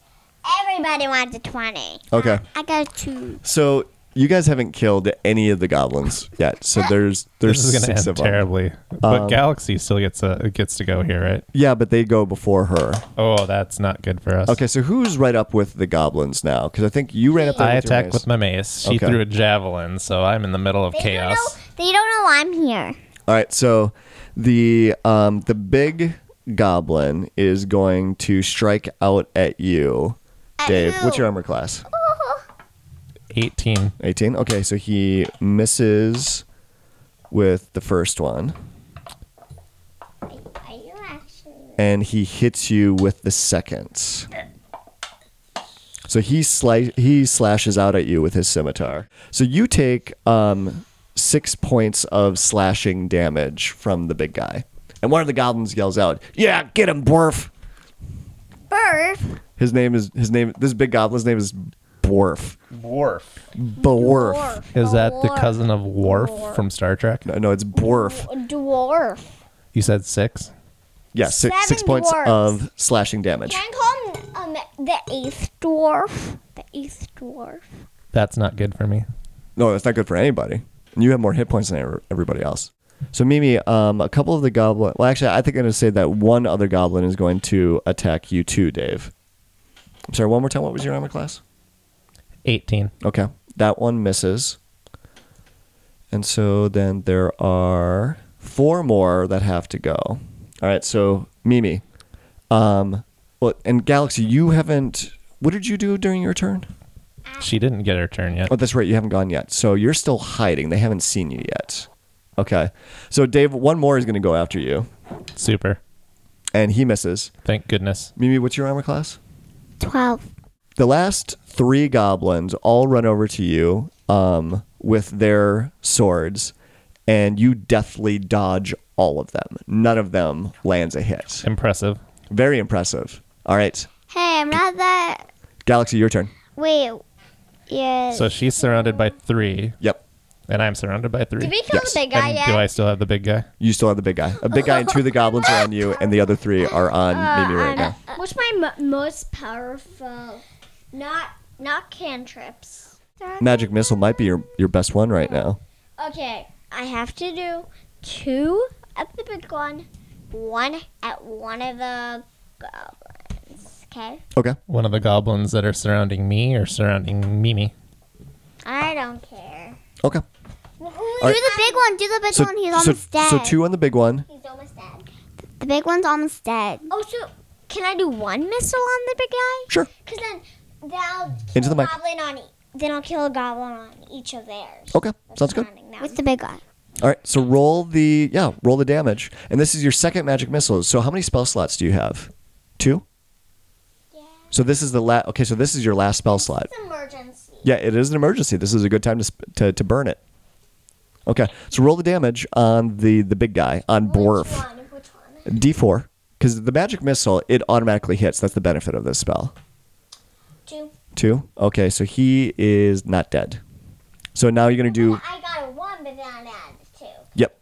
D: Everybody wants a 20.
A: okay,
B: I got a 2.
A: so you guys haven't killed any of the goblins yet. So there's there's
E: This is gonna
A: six
E: end
A: of Um, them.
E: terribly. But Galaxy still gets a gets to go here, right?
A: Yeah, but they go before her.
E: Oh, that's not good for us.
A: Okay, so who's right up with the goblins now? Because I think you ran up there.
E: I
A: with your
E: attacked
A: mace.
E: with my mace. She
A: Okay.
E: threw a javelin, so I'm in the middle of chaos.
B: They don't know I'm here.
A: All right, so the um, the big goblin is going to strike out at you, Dave. What's your armor class?
E: 18.
A: 18. Okay, so he misses with the first one,
B: Are you actually?
A: and he hits you with the second. So he sli- he slashes out at you with his scimitar. So you take um, six points of slashing damage from the big guy, and one of the goblins yells out,
F: Yeah, get him, Borf.
B: Burf.
A: His name is his name. This big goblin's name is Borf.
E: Worf.
A: Borf.
E: Is that the cousin of Worf from Star Trek?
A: No, no, it's Borf.
D: A dwarf.
E: You said six?
A: Yeah, six,
D: Seven
A: six points
D: dwarves.
A: of slashing damage.
D: Can I call him um, the eighth dwarf? The eighth dwarf.
E: That's not good for me.
A: No, that's not good for anybody. And You have more hit points than ever- everybody else. So Mimi, um, a couple of the goblin. Well, actually, I think I'm going to say that one other goblin is going to attack you too, Dave. I'm sorry. One more time. What was your armor class?
E: 18.
A: Okay, that one misses. And so then there are four more that have to go. All right, so Mimi, um, well, and Galaxy, you haven't. What did you do during your turn?
E: She didn't get her turn yet.
A: Oh, that's right. You haven't gone yet. So you're still hiding. They haven't seen you yet. Okay. So Dave, one more is going to go after you,
E: Super.
A: and he misses.
E: Thank goodness.
A: Mimi, what's your armor class?
B: 12.
A: The last three goblins all run over to you um, with their swords, and you deftly dodge all of them. None of them lands a hit.
E: Impressive.
A: Very impressive. All right,
B: Hey, I'm not that.
A: Galaxy, your turn.
B: Wait. Yeah.
E: So she's surrounded by three,
A: Yep.
E: and I'm surrounded by three.
D: Did we kill
A: Yes.
D: the big guy
E: And
D: yet?
E: do I still have the big guy?
A: You still have the big guy. A big guy and two of the goblins are on you, and the other three are on Mimi right now.
D: What's my m- most powerful? Not not cantrips.
A: Magic missile might be your, your best one right now.
D: Okay, I have to do two at the big one, one at one of the goblins. Okay,
A: Okay.
E: One of the goblins that are surrounding me or surrounding Mimi.
D: I don't care.
A: Okay.
B: do the big one. Do the big
A: So,
B: one. He's
A: so,
B: almost dead.
A: so two on the big one.
D: He's almost dead.
B: The big one's almost dead.
D: Oh, so can I do one missile on the big guy?
A: Sure.
D: Cause then they'll kill
A: Into the
D: a
A: mic.
D: goblin on. E- then I'll kill a goblin on each of theirs.
A: Okay. Sounds good.
D: Surrounding them.
B: With the big one.
A: All right. So roll the yeah, roll the damage. And this is your second magic missile. So how many spell slots do you have? Two? So this is the la okay, so this is your last spell slot.
D: It's emergency.
A: Yeah, it is an emergency. This is a good time to sp- to, to burn it. Okay. So roll the damage on the the big guy on
D: Which
A: Borf.
D: one? Which one?
A: D4 cuz the magic missile it automatically hits. That's the benefit of this spell.
D: Two.
A: Two. Okay, so he is not dead. So now you're gonna do.
D: I got a one, but then I added two.
A: Yep.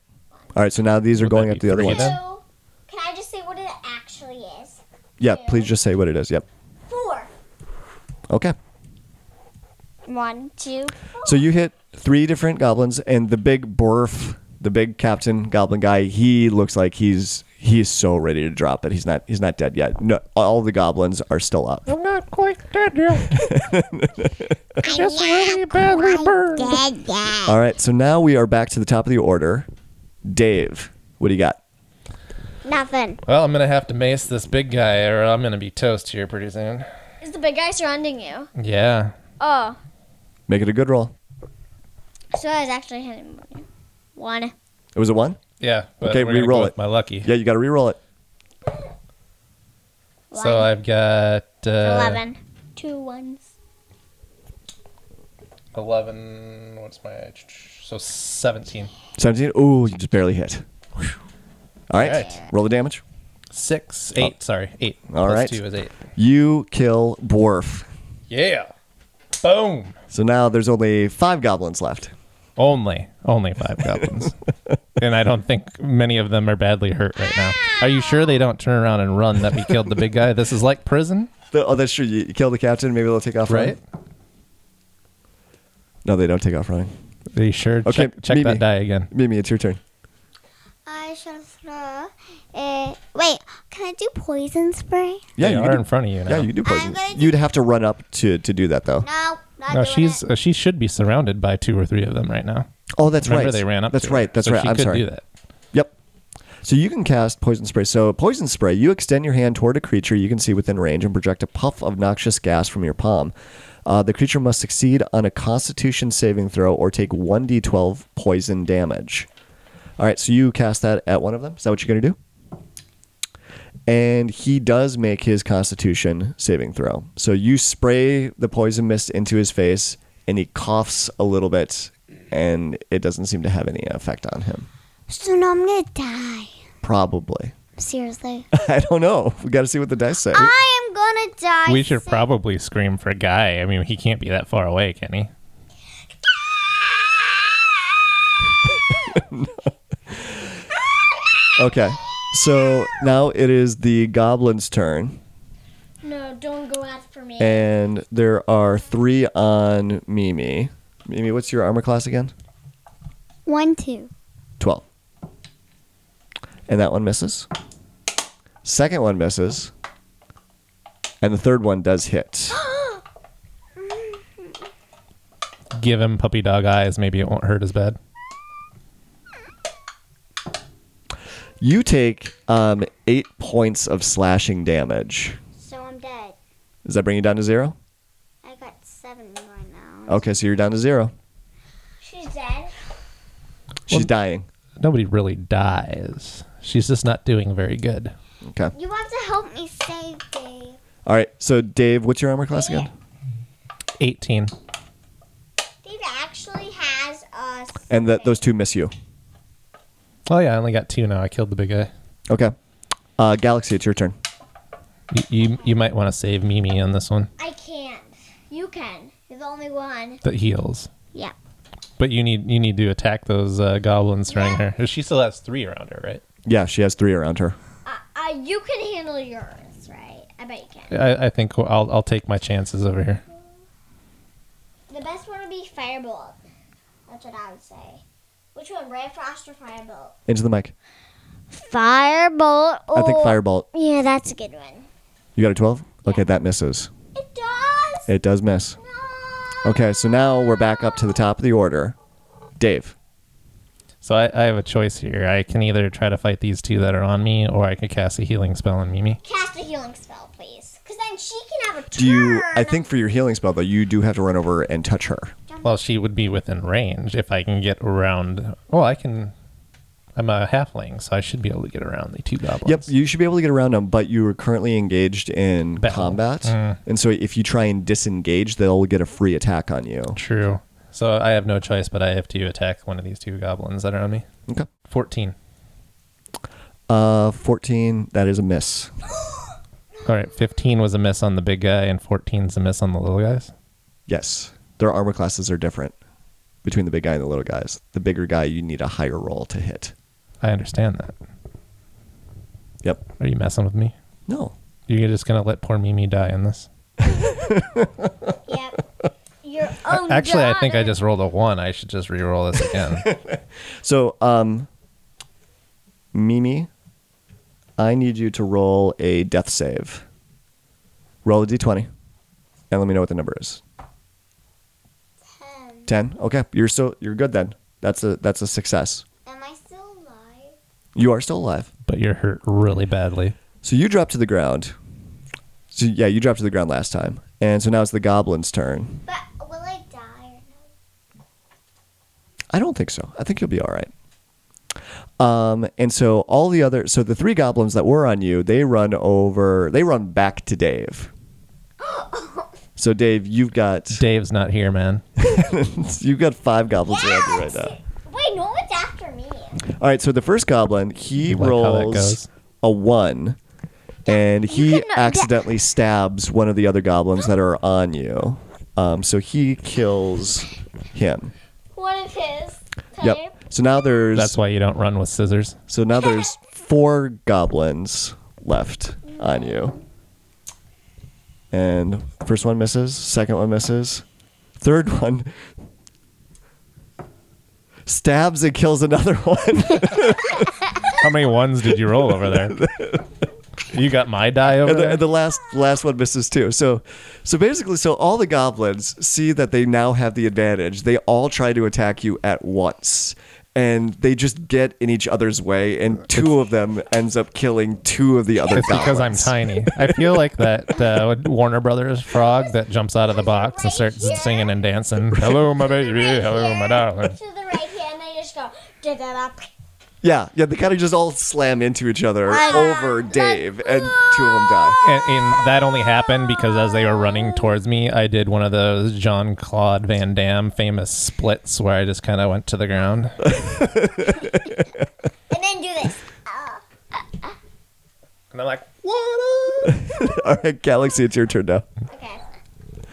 A: All right. So now these are
E: Would
A: going
E: that
A: up
E: be
A: the other
E: three
A: ones.
E: then?
D: Two. Can I just say what it actually is?
A: Yeah. Please just say what it is. Yep.
D: Four.
A: Okay.
D: One, two.
A: So you hit three different goblins, and the big Borf, the big captain goblin guy, he looks like he's he's so ready to drop it. He's not he's not dead yet. No, all the goblins are still up.
G: I'm not quite dead yet. I'm just really badly burned.
A: All right. So now we are back to the top of the order. Dave, what do you got?
B: Nothing.
E: Well, I'm gonna have to mace this big guy, or I'm gonna be toast here pretty soon.
D: Is the big guy surrounding you?
E: Yeah.
D: Oh,
A: Make it a good roll. Uh.
D: so I was actually hitting one.
A: It was a one.
E: Yeah. but
A: Okay,
E: we're gonna
A: re-roll
E: go
A: it.
E: with My lucky.
A: Yeah, you got to re-roll it.
E: So I've got uh,
D: Eleven. Two ones.
E: 11 what's my so 17
A: Seventeen. Ooh, you just barely hit. All right.
E: All right.
A: Roll the damage.
E: 6 8 sorry 8
A: Oh. All
E: Plus
A: right.
E: 2 is 8
A: You kill Borf.
E: yeah boom
A: So now there's only five goblins left.
E: only only 5 goblins and I don't think many of them are badly hurt right now are you sure they don't turn around and run that we killed the big guy this is like prison
A: The- oh, that's true. You, you kill the captain. Maybe they'll take off
E: right
A: running. No, they don't take off running.
E: are you sure
A: Okay,
E: check, check
A: Mimi.
E: that die again
A: Mimi, it's your turn.
B: I shall throw. Uh, wait, can I do poison spray?
A: Yeah,
E: they
A: you
E: are
A: can do-
E: in front of you now.
A: Yeah, you can do
B: I'm
A: poison.
B: gonna do-
A: You'd have to run up to to do that though.
B: No, not
E: no,
B: doing
E: she's
B: it.
E: uh, she should be surrounded by two or three of them right now.
A: Oh, that's
E: Remember
A: right.
E: they ran up.
A: That's
E: to her.
A: right. That's
E: So
A: right.
E: She
A: I'm
E: could
A: sorry.
E: do that.
A: Yep. So you can cast poison spray. So poison spray, you extend your hand toward a creature you can see within range and project a puff of noxious gas from your palm. Uh, the creature must succeed on a Constitution saving throw or take one d12 poison damage. All right, so you cast that at one of them. Is that what you're going to do? And he does make his Constitution saving throw. So you spray the poison mist into his face, and he coughs a little bit, and it doesn't seem to have any effect on him.
B: So now I'm gonna die.
A: Probably.
B: Seriously.
A: I don't know. We got to see what the dice say.
B: I am gonna die.
E: we should
B: sick.
E: probably scream for Guy. I mean, he can't be that far away, can he?
A: Okay. So now it is the goblin's turn,
D: No, don't go after me.
A: and there are three on Mimi. Mimi, what's your armor class again?
B: One, two.
A: 12. And that one misses. Second one misses. And the third one does hit.
E: Give him puppy dog eyes. Maybe it won't hurt as bad.
A: You take um, eight points of slashing damage.
B: So I'm dead.
A: Does that bring you down to zero?
B: I got seven right now.
A: Okay, so you're down to zero.
D: She's dead.
A: She's dying.
E: Nobody really dies. She's just not doing very good.
A: Okay.
B: You have to help me save Dave.
A: All right. So, Dave, what's your armor class again?
E: 18.
D: Dave actually has a.
A: And that those two miss you.
E: Oh, yeah, I only got two now. I killed the big guy.
A: Okay. Uh, Galaxy, it's your turn.
E: You, you, you might want to save Mimi on this one.
D: I can't. You can. You're the only one.
E: That heals.
D: Yeah.
E: But you need you need to attack those uh, goblins surrounding her. She still has three around her, right?
A: Yeah, she has three around her.
D: Uh, uh, you can handle yours, right? I bet you can.
E: I, I think I'll, I'll take my chances over here.
D: The best one would be Firebolt. That's what I would say. Which one, Ray Frost or Firebolt?
A: Into the mic.
D: Firebolt. Or...
A: I think Firebolt.
D: Yeah, that's a good one.
A: You got a 12? Okay, that misses.
D: It does.
A: It does miss. Okay, so now we're back up to the top of the order. Dave.
E: So I, I have a choice here. I can either try to fight these two that are on me, or I could cast a healing spell on Mimi.
D: Cast a healing spell, please, because then she can have a turn.
A: Do you, I think for your healing spell, though, you do have to run over and touch her.
E: Well, she would be within range if I can get around. Oh, I can. I'm a halfling, so I should be able to get around the two goblins.
A: Yep, you should be able to get around them, but you are currently engaged in
E: Battle.
A: combat. And so if you try and disengage, they'll get a free attack on you.
E: True. So I have no choice, but I have to attack one of these two goblins that are on me.
A: Okay.
E: 14.
A: Uh, 14, that is a miss.
E: All right, 15 was a miss on the big guy, and 14's a miss on the little guys.
A: Yes. Their armor classes are different between the big guy and the little guys. The bigger guy, you need a higher roll to hit.
E: I understand that.
A: Yep.
E: Are you messing with me?
A: No.
E: You're just going to let poor Mimi die in this?
D: Yep. Your own.
E: Actually, I think I just rolled a 1. I should just re-roll this again.
A: So, um, Mimi, I need you to roll a death save. Roll a d20 and let me know what the number is. 10. Okay. You're so you're good then. That's a that's a success.
D: Am I still alive?
A: You are still alive.
E: but you're hurt really badly.
A: So you drop to the ground. So yeah, you dropped to the ground last time. And so now it's the goblin's turn.
D: But will I die?
A: I don't think so. I think you'll be all right. Um, and so all the other, so the three goblins that were on you, they run over, they run back to Dave. So Dave, you've got
E: Dave's not here, man.
A: you've got five goblins around you right now.
D: Wait, no one's after me.
A: All right, so the first goblin, he
E: You like how that
A: rolls
E: goes.
A: a one, and he
D: could not-
A: accidentally stabs one of the other goblins that are on you. Um, so he kills him.
D: One of his.
A: Yep. So now there's
E: That's why you don't run with scissors.
A: so now there's four goblins left on you. And first one misses, second one misses, third one stabs and kills another one.
E: How many ones did you roll over there? You got my die over
A: and the,
E: there.
A: and the last last one misses too. So so basically, so all the goblins see that they now have the advantage. They all try to attack you at once, and they just get in each other's way. And two of them ends up killing two of the other
E: It's
A: goblins.
E: because I'm tiny. I feel like that uh, Warner Brothers frog that jumps out of the box and starts singing and dancing. Hello, my baby. Hello, my darling.
D: To the right here, and they just go. Da, da, da.
A: yeah, yeah. They kind of just all slam into each other over Dave, and two of them die.
E: And, and that only happened because as they were running towards me, I did one of those Jean Claude Van Damme famous splits where I just kind of went to the ground.
D: And then do this.
E: And I'm like,
A: all right, Galaxy, it's your turn now.
D: Okay.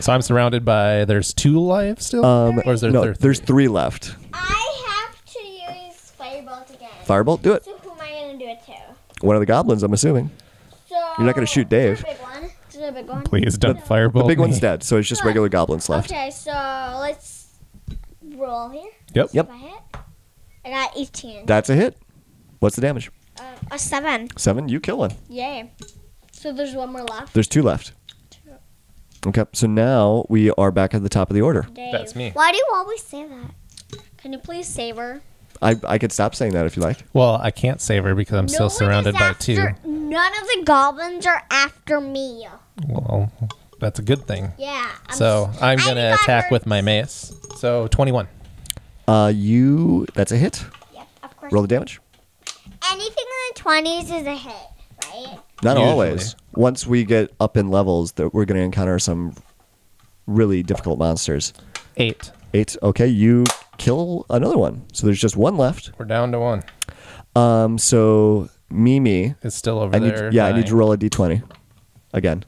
E: so I'm surrounded by. There's two lives still, or is there?
A: Um, No,
E: thir-
A: there's three left.
D: I have to use firebolt again.
A: Firebolt, do it.
D: So who am I gonna do it to?
A: One of the goblins, I'm assuming.
D: So
A: You're not gonna shoot Dave.
D: To the big one. To the big one.
E: Please don't fireball.
A: The big
E: me.
A: one's dead, so it's just regular goblins left.
D: Okay, so let's roll here.
E: Yep.
A: Yep.
D: If I hit, I got 18.
A: That's a hit. What's the damage?
D: Uh, a seven.
A: Seven. You kill one.
D: Yay. So there's one more left.
A: There's two left. Okay, so now we are back at the top of the order.
D: Dave.
E: That's me.
B: Why do you always say that?
D: Can you please save her?
A: I, I could stop saying that if you like.
E: Well, I can't save her because I'm
D: No
E: still
D: one
E: surrounded
D: is
E: by
D: after-
E: two.
D: None of the goblins are after me.
E: Well, that's a good thing.
D: Yeah. I'm
E: So
D: s-
E: I'm
D: I
E: gonna
D: got
E: attack
D: her-
E: with my mace. So 21.
A: Uh, you that's a hit.
D: Yep, of course.
A: Roll the damage.
D: Anything in the 20s is a hit, right?
A: Not
E: Usually.
A: always. Once we get up in levels, that we're going to encounter some really difficult monsters.
E: Eight.
A: Eight. Okay, you kill another one. So there's just one left.
E: We're down to one.
A: Um, so Mimi,
E: It's still over
A: I need
E: there.
A: yeah, I need to
E: dying.
A: roll a d20 again.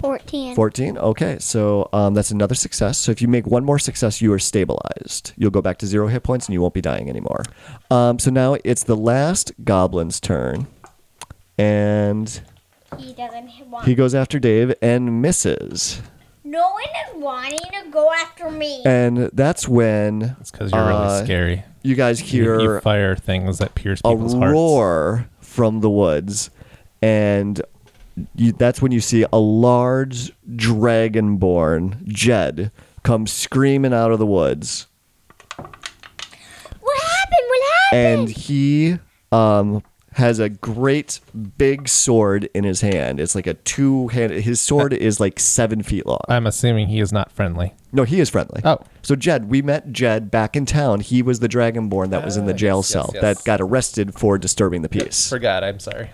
B: 14.
A: 14 okay so um, that's another success so if you make one more success you are stabilized you'll go back to zero hit points and you won't be dying anymore um, so now it's the last goblin's turn and
D: He doesn't hit one.
A: he goes after dave and misses
D: no one is wanting to go after me.
E: Eh.
A: and that's when
E: It's because you're
A: Uh,
E: really scary.
A: you guys hear
E: You, you fire things that pierce
A: a
E: people's hearts.
A: roar from the woods, and you, that's when you see a large dragonborn Jed come screaming out of the woods,
D: what happened? What
A: and
D: happened?
A: he um, has a great big sword in his hand. It's like a two hand. His
E: Uh,
A: sword is like seven feet long.
E: I'm assuming he is not friendly.
A: No, he is friendly.
E: Oh.
A: So Jed, we met Jed back in town. He was the dragonborn that was in the
E: Ah,
A: jail
E: yes, yes,
A: cell
E: yes.
A: that got arrested for disturbing the peace.
E: Forgot. I'm sorry.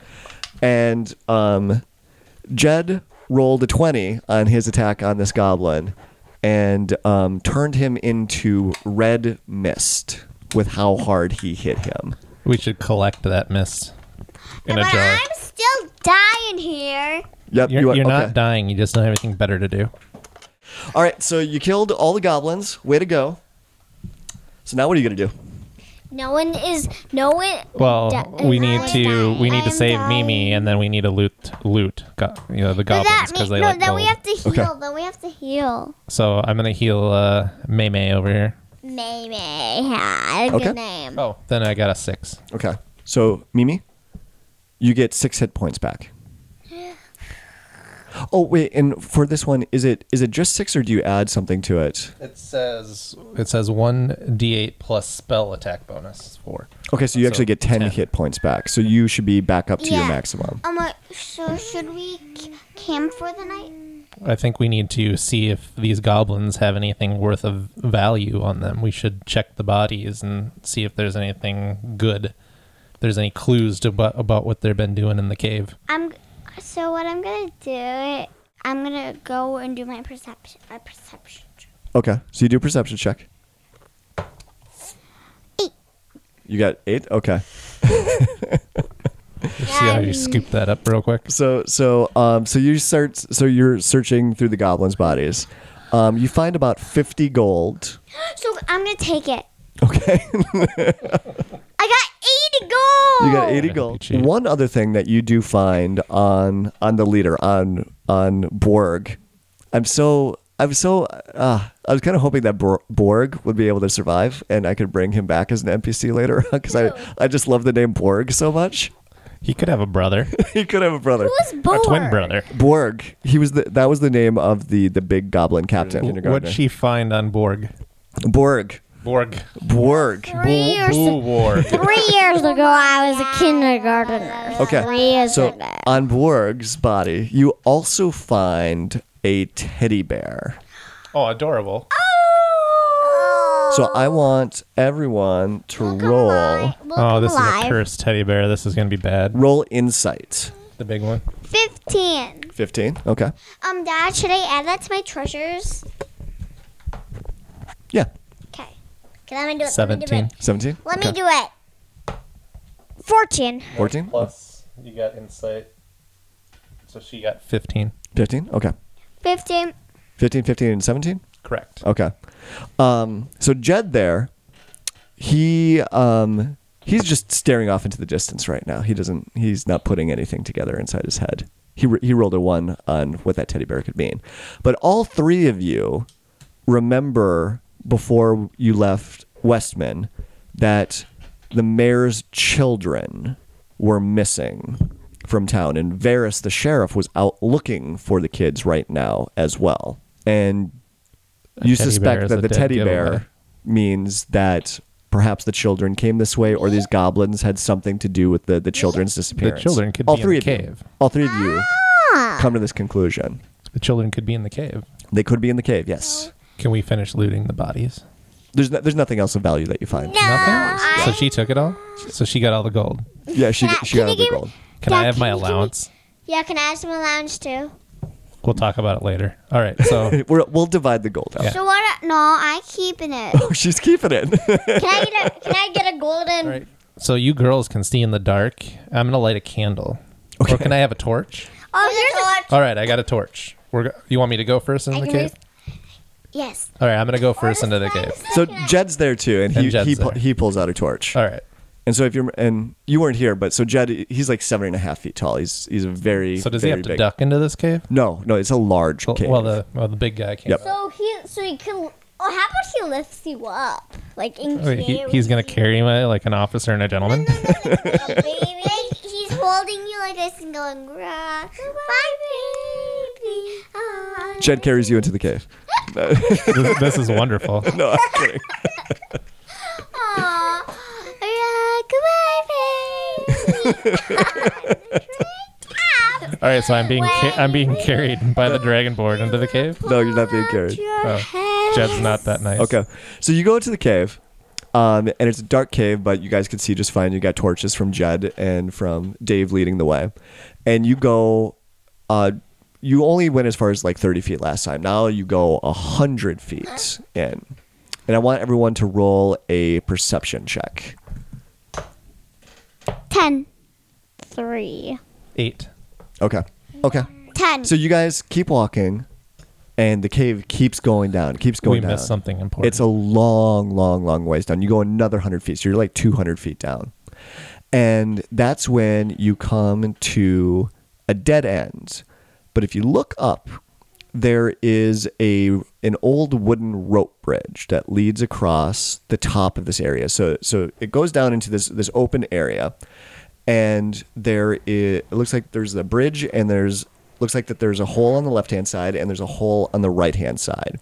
A: and um, Jed rolled a 20 on his attack on this goblin and um, turned him into red mist with how hard he hit him.
E: We should collect that mist in a
B: But
E: jar.
B: I'm still dying here.
A: Yep,
E: You're,
A: you are-
E: you're
A: okay.
E: not dying. You just don't have anything better to do.
A: All right, so you killed all the goblins. Way to go. So now what are you going to do?
D: no one is. No one.
E: Well,
D: Da-
E: we need
D: I'm
E: to
D: dying.
E: we need to
D: I'm
E: save
D: dying.
E: Mimi, and then we need to loot loot go, you know the
B: That
E: goblins
B: mean,
E: because they
B: no,
E: like
B: then
E: gold.
B: we have to heal.
A: Okay.
B: Then we have to heal.
E: so I'm gonna heal uh, May May over here.
D: May May had a
A: Okay.
D: good name.
E: Oh, then I got a six.
A: Okay. So, Mimi, you get six hit points back. Oh wait, and for this one, is it is it just six or do you add something to it?
E: It says it says one d8 plus spell attack bonus four.
A: Okay, so you
E: So,
A: actually get 10,
E: 10.
A: hit points back. So you should be back up to your
B: Yeah.
A: maximum.
B: Um, uh, so should we c- camp for the night?
E: I think we need to see if these goblins have anything worth of value on them. We should check the bodies and see if there's anything good. If there's any clues to about, about what they've been doing in the cave.
B: I'm so what I'm gonna do. I'm gonna go and do my perception. A perception. check.
A: Okay, so you do a perception check.
B: Eight.
A: You got eight. Okay.
E: See how you scoop that up real quick.
A: So so um so you search so you're searching through the goblins' bodies. Um, you find about fifty gold.
B: So I'm gonna take it.
A: Okay.
B: I got 80 gold.
A: You got 80
E: Yeah,
A: gold.
E: cheap.
A: One other thing that you do find on on the leader on on Borg, I'm so I'm so uh, I was kind of hoping that Bor- Borg would be able to survive and I could bring him back as an NPC later because I I just love the name Borg so much.
E: He could have a brother,
A: he could have a brother.
B: Who's
E: a
B: bored?
E: twin brother.
A: Borg. He was the that was the name of the the big goblin captain.
E: What'd she find on Borg?
A: Borg.
E: Borg.
A: Borg.
B: Three years,
E: Boo Borg.
D: Three years ago, I was a kindergartner.
A: Okay.
D: Three years
A: So
D: ago.
A: on Borg's body, you also find a teddy bear.
E: Oh, adorable.
A: So I want everyone to roll
E: Oh, this is a cursed teddy bear. This is going to be bad.
A: roll insight.
E: The big one.
B: 15.
A: 15. Okay.
B: Um, Dad, should I add that to my treasures?
A: Yeah.
B: Okay. Cause I'm gonna do it. let me do it.
E: 17.
A: 17.
B: Let me do it. 14.
A: 14.
E: Plus, you got insight. So she got 15.
A: 15. Okay.
B: 15.
A: 15, 15 and 17.
E: Correct.
A: Okay. Um so Jed there he um he's just staring off into the distance right now. He doesn't he's not putting anything together inside his head. He he rolled a 1 on what that teddy bear could mean. But all three of you remember before you left Westman that the mayor's children were missing from town and Varys the sheriff was out looking for the kids right now as well. And you
E: teddy bear
A: suspect
E: is
A: that
E: a
A: the
E: dead
A: teddy
E: giveaway.
A: bear means that perhaps the children came this way or these goblins had something to do with the, the children's disappearance.
E: children could
A: all
E: be in
A: three
E: the
A: of
E: cave.
A: You, all three of you come to this conclusion.
E: The children could be in the cave.
A: They could be in the cave, yes.
E: Can we finish looting the bodies?
A: There's, no, there's nothing else of value that you find.
E: Nothing? So she took it all? So she got all the gold.
A: Yeah, she, she got all the gold.
E: Can I
B: Yeah,
E: have my
B: can you give me-
E: allowance?
B: Yeah, can I have some lounge too?
E: We'll talk about it later. All right. So
A: We're, we'll divide the gold out.
E: Yeah.
B: So what? No, I keeping it. can
A: Oh, she's keeping it.
B: I get a, can I get a golden?
E: so you girls can see in the dark. I'm going to light a candle. Or can I have a torch?
B: Oh, there's a
E: All right, I got a torch. We're go- you want me to go first into the
D: can
E: cave?
B: Yes.
E: All right, I'm going to go first into the cave.
A: so Jed's there too, and he
E: And Jed's
A: he, pu-
E: there.
A: he pulls out a torch.
E: All right.
A: And so if you're and you weren't here, but so Jed he's like seven and a half feet tall. He's he's a very
E: So does he
A: very
E: have to
A: big-
E: duck into this cave?
A: No, no, it's a large
E: Well,
A: cave.
E: well, the well, the big guy came.
A: Yep.
E: out.
D: So he, so he can. Oh, how about he lifts you up, like in
E: Wait, Oh, he, he's gonna carry me like an officer and a gentleman.
B: baby. He's holding you like this and going, "Rah, bye, baby." Ah.
A: Jed carries you into the cave.
E: this, this is wonderful.
A: No, I'm kidding.
B: Aw. Rah, goodbye, baby. Drink
E: All right, so I'm being ca- I'm being carried by the dragonborn into the cave.
A: No, you're not being
B: out
A: carried.
B: your
E: Oh.
B: head.
E: Jed's not that nice.
A: Okay, so you go into the cave, um, and it's a dark cave, but you guys can see just fine. You got torches from Jed and from Dave leading the way, and you go. Uh, you only went as far as like 30 feet last time. Now you go hundred feet in, and I want everyone to roll a perception check.
B: Ten.
D: three.
E: Eight.
A: Okay. Okay.
B: Ten.
A: So you guys keep walking, and the cave keeps going down. Keeps going
E: we
A: down.
E: missed something important.
A: It's a long, long, long ways down. You go another 100 feet. So you're like 200 feet down. And that's when you come to a dead end. But if you look up, there is a an old wooden rope bridge that leads across the top of this area. So so it goes down into this this open area and there i- it looks like there's a bridge and there's looks like that there's a hole on the left-hand side and there's a hole on the right-hand side.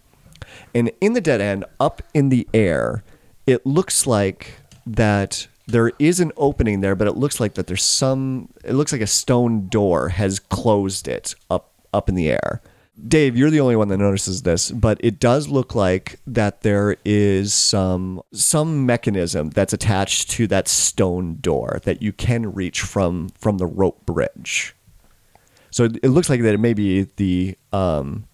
A: And in the dead end, up in the air, it looks like that there is an opening there, but it looks like that there's some. It looks like a stone door has closed it up up in the air. Dave, you're the only one that notices this, but it does look like that there is some some mechanism that's attached to that stone door that you can reach from from the rope bridge. So it, it looks like that it may be the um,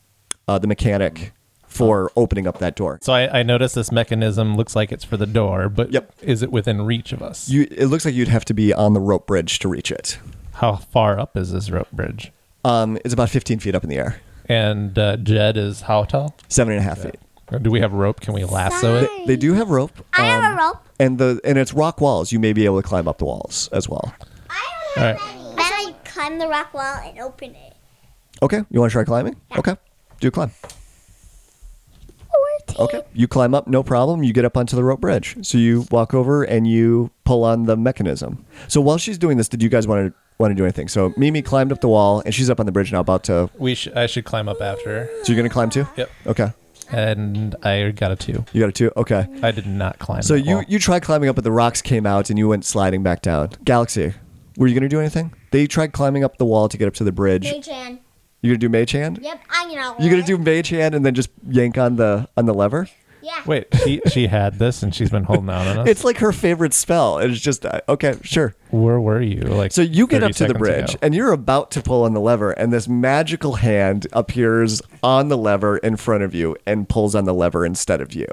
A: uh, the mechanic for opening up that door.
E: So I, I noticed this mechanism looks like it's for the door, but
A: Yep.
E: is it within reach of us?
A: You, it looks like you'd have to be on the rope bridge to reach it.
E: How far up is this rope bridge?
A: Um, it's about 15 feet up in the air,
E: And uh, Jed is how tall?
A: seven and a half feet.
E: Or do we have rope? Can we lasso it?
A: They do have rope.
B: I
A: um,
B: have a rope.
A: and the and it's rock walls. You may be able to climb up the walls as well.
E: All right.
B: Then I climb the rock wall and open it.
A: Okay, you want to try climbing? Okay, do a climb. Okay, you climb up, no problem. You get up onto the rope bridge. So you walk over and you pull on the mechanism. So while she's doing this, did you guys want to want to do anything? So Mimi climbed up the wall and she's up on the bridge now, about to.
E: We sh- I should climb up after. her.
A: So you're gonna climb too?
E: Yep.
A: Okay,
E: And I got a two.
A: you got a two. Okay,
E: I did not climb.
A: so
E: that
A: you
E: wall.
A: you tried climbing up, but the rocks came out and you went sliding back down. Galaxy, were you gonna do anything? They tried climbing up the wall to get up to the bridge.
D: Hey, Jan.
A: You're gonna do Mage Hand?
D: Yep, I know.
A: You're gonna do Mage Hand and then just yank on the on the lever?
D: Yeah.
E: Wait, she she had this and she's been holding out on us.
A: It's like her favorite spell. It's just uh, okay, sure.
E: Where were you? Like
A: So you get
E: 30
A: up to the
E: seconds ago.
A: bridge and you're about to pull on the lever, and this magical hand appears on the lever in front of you and pulls on the lever instead of you.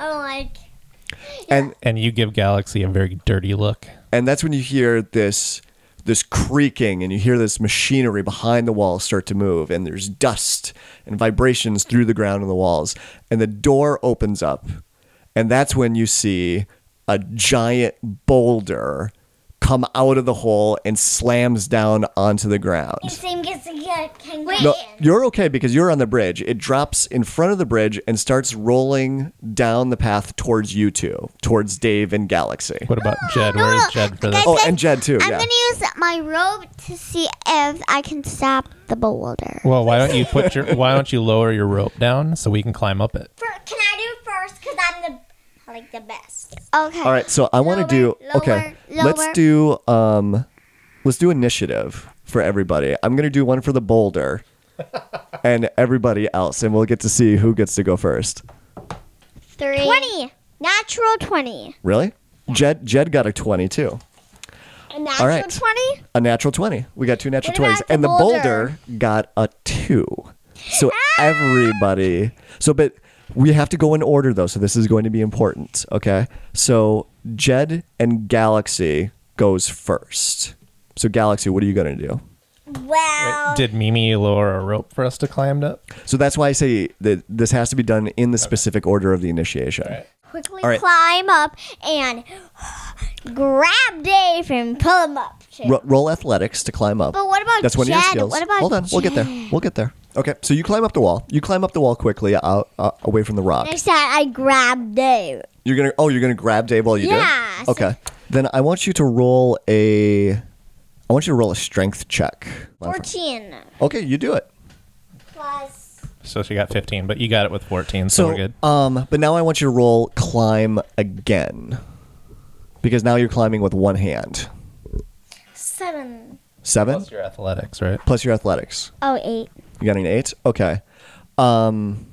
D: I'm like,
A: And
E: and you give Galaxy a very dirty look.
A: and that's when you hear this this creaking and you hear this machinery behind the wall start to move and there's dust and vibrations through the ground and the walls and the door opens up and that's when you see a giant boulder come out of the hole and slams down onto the ground
D: same gets to get can Wait.
A: no, you're okay because you're on the bridge. It drops in front of the bridge and starts rolling down the path towards you two, towards Dave and Galaxy.
E: What about Jed? Where is
B: no,
E: Jed for
B: I
E: this?
A: Oh, and Jed too.
B: I'm
A: yeah.
B: gonna use my rope to see if I can stop the boulder.
E: Well, why don't you put your why don't you lower your rope down so we can climb up it?
D: For, can I do first? Cause I'm the I like the best.
B: Okay.
A: All right, so I want to do
B: lower,
A: okay.
B: lower.
A: Let's do um, let's do initiative for everybody. I'm gonna do one for the boulder, and everybody else, and we'll get to see who gets to go first.
B: Three.
D: Twenty. Natural twenty.
A: Really? Jed Jed got a twenty too.
D: A natural
A: All right.
D: twenty.
A: A natural 20. We got two natural
D: What about
A: 20s.
D: the
A: and the boulder
D: boulder? Ah!
A: got a two. So everybody. So, but we have to go in order though. So this is going to be important. Okay. So Jed and Galaxy goes first. So, Galaxy, what are you going to do?
D: Well,
E: Did Mimi lower a rope for us to climb up?
A: So that's why I say that this has to be done in the specific order of the initiation.
D: quickly
A: All right.
D: climb up and grab Dave and pull him up. too.
A: Ro- roll athletics to climb up.
B: But what about
A: That's one
B: Jed?
A: of your skills.
B: What about
A: Hold on, we'll get there. We'll get there. Okay, so you climb up the wall. You climb up the wall quickly, out, uh, away from the rock.
D: I said I grabbed Dave.
A: You're gonna oh you're gonna grab Dave while you
D: Yeah,
A: do
D: so-
A: it? Okay. Then I want you to roll a I want you to roll a strength check.
D: Fourteen
A: Okay, you do it.
D: plus.
E: So she got 15, but you got it with 14, so,
A: So
E: we're good.
A: um but now I want you to roll climb again. Because now you're climbing with one hand.
D: Seven.
A: Seven
E: Plus your athletics, right?
A: plus your athletics.
D: Oh, eight.
A: You got an eight? Okay. Um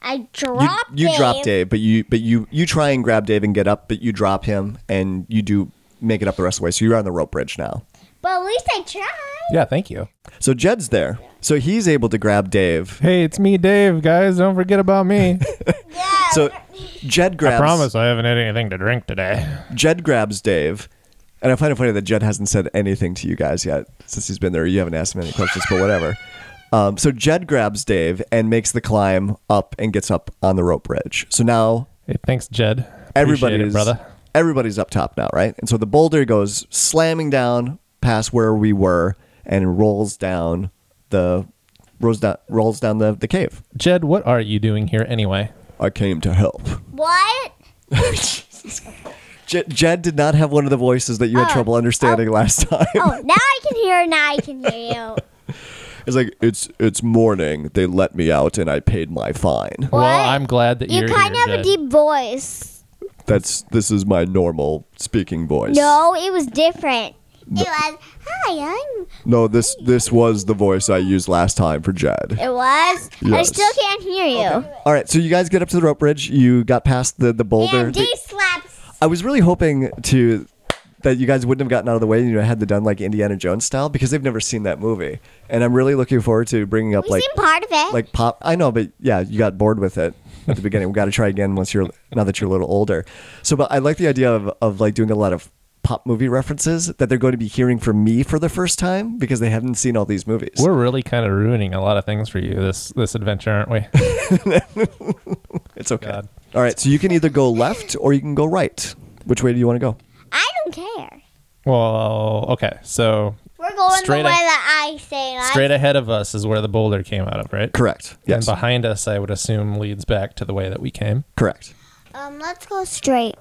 D: I
A: you,
D: dropped
A: you
D: Dave.
A: drop Dave, but you but you you try and grab Dave and get up, but you drop him and you do make it up the rest of the way. So you're on the rope bridge now.
D: But at least I tried.
E: Yeah, thank you.
A: So Jed's there. So he's able to grab Dave
E: Hey, it's me, Dave, guys. Don't forget about me.
A: So Jed grabs
E: I haven't had anything to drink today.
A: Jed grabs Dave. And I find it funny that Jed hasn't said anything to you guys yet since he's been there. You haven't asked him any questions, but whatever. Um, so Jed grabs Dave and makes the climb up and gets up on the rope bridge. So now
E: Hey, thanks, Jed. Appreciate
A: everybody's
E: it, brother.
A: everybody's up top now, right? And so the boulder goes slamming down past where we were and rolls down the rolls down rolls down the, the cave.
E: Jed, what are you doing here anyway?
A: I came to help.
D: What?
A: Jed, Jed did not have one of the voices that you had trouble understanding last time.
D: Uh, Oh, now I can hear. Now I can hear you.
A: It's like it's it's morning. They let me out and I paid my fine.
E: Well, I'm glad that
D: You
E: are
D: kind
E: here,
D: of have a
E: Jed.
D: deep voice.
A: That's this is my normal speaking voice.
D: No, it was different. It was, hi, I'm.
A: No, this this was the voice I used last time for Jed.
D: It was. I
A: Yes.
D: still can't hear you.
A: All right, so you guys get up to the rope bridge. You got past the the boulder.
D: And
A: The-
D: D slaps.
A: I was really hoping to that you guys wouldn't have gotten out of the way and you had the done like Indiana Jones style because they've never seen that movie, and I'm really looking forward to bringing up
D: We've
A: like
D: seen part of it.
A: like pop. I know, but yeah, you got bored with it at the beginning. We got to try again once you're now that you're a little older. So, but I like the idea of of like doing a lot of pop movie references that they're going to be hearing from me for the first time because they haven't seen all these movies.
E: We're really kind of ruining a lot of things for you this this adventure, aren't we?
A: it's okay.
E: God.
A: All right, so you can either go left or you can go right. Which way do you want to go?
D: I don't care.
E: well, okay. So
D: We're going
E: Straight
D: the way
E: a-
D: that I say it.
E: straight ahead of us is where the boulder came out of, right?
A: Correct.
E: And
A: Yes.
E: behind us, I would assume, leads back to the way that we came,
A: Correct.
D: Um, let's go straight.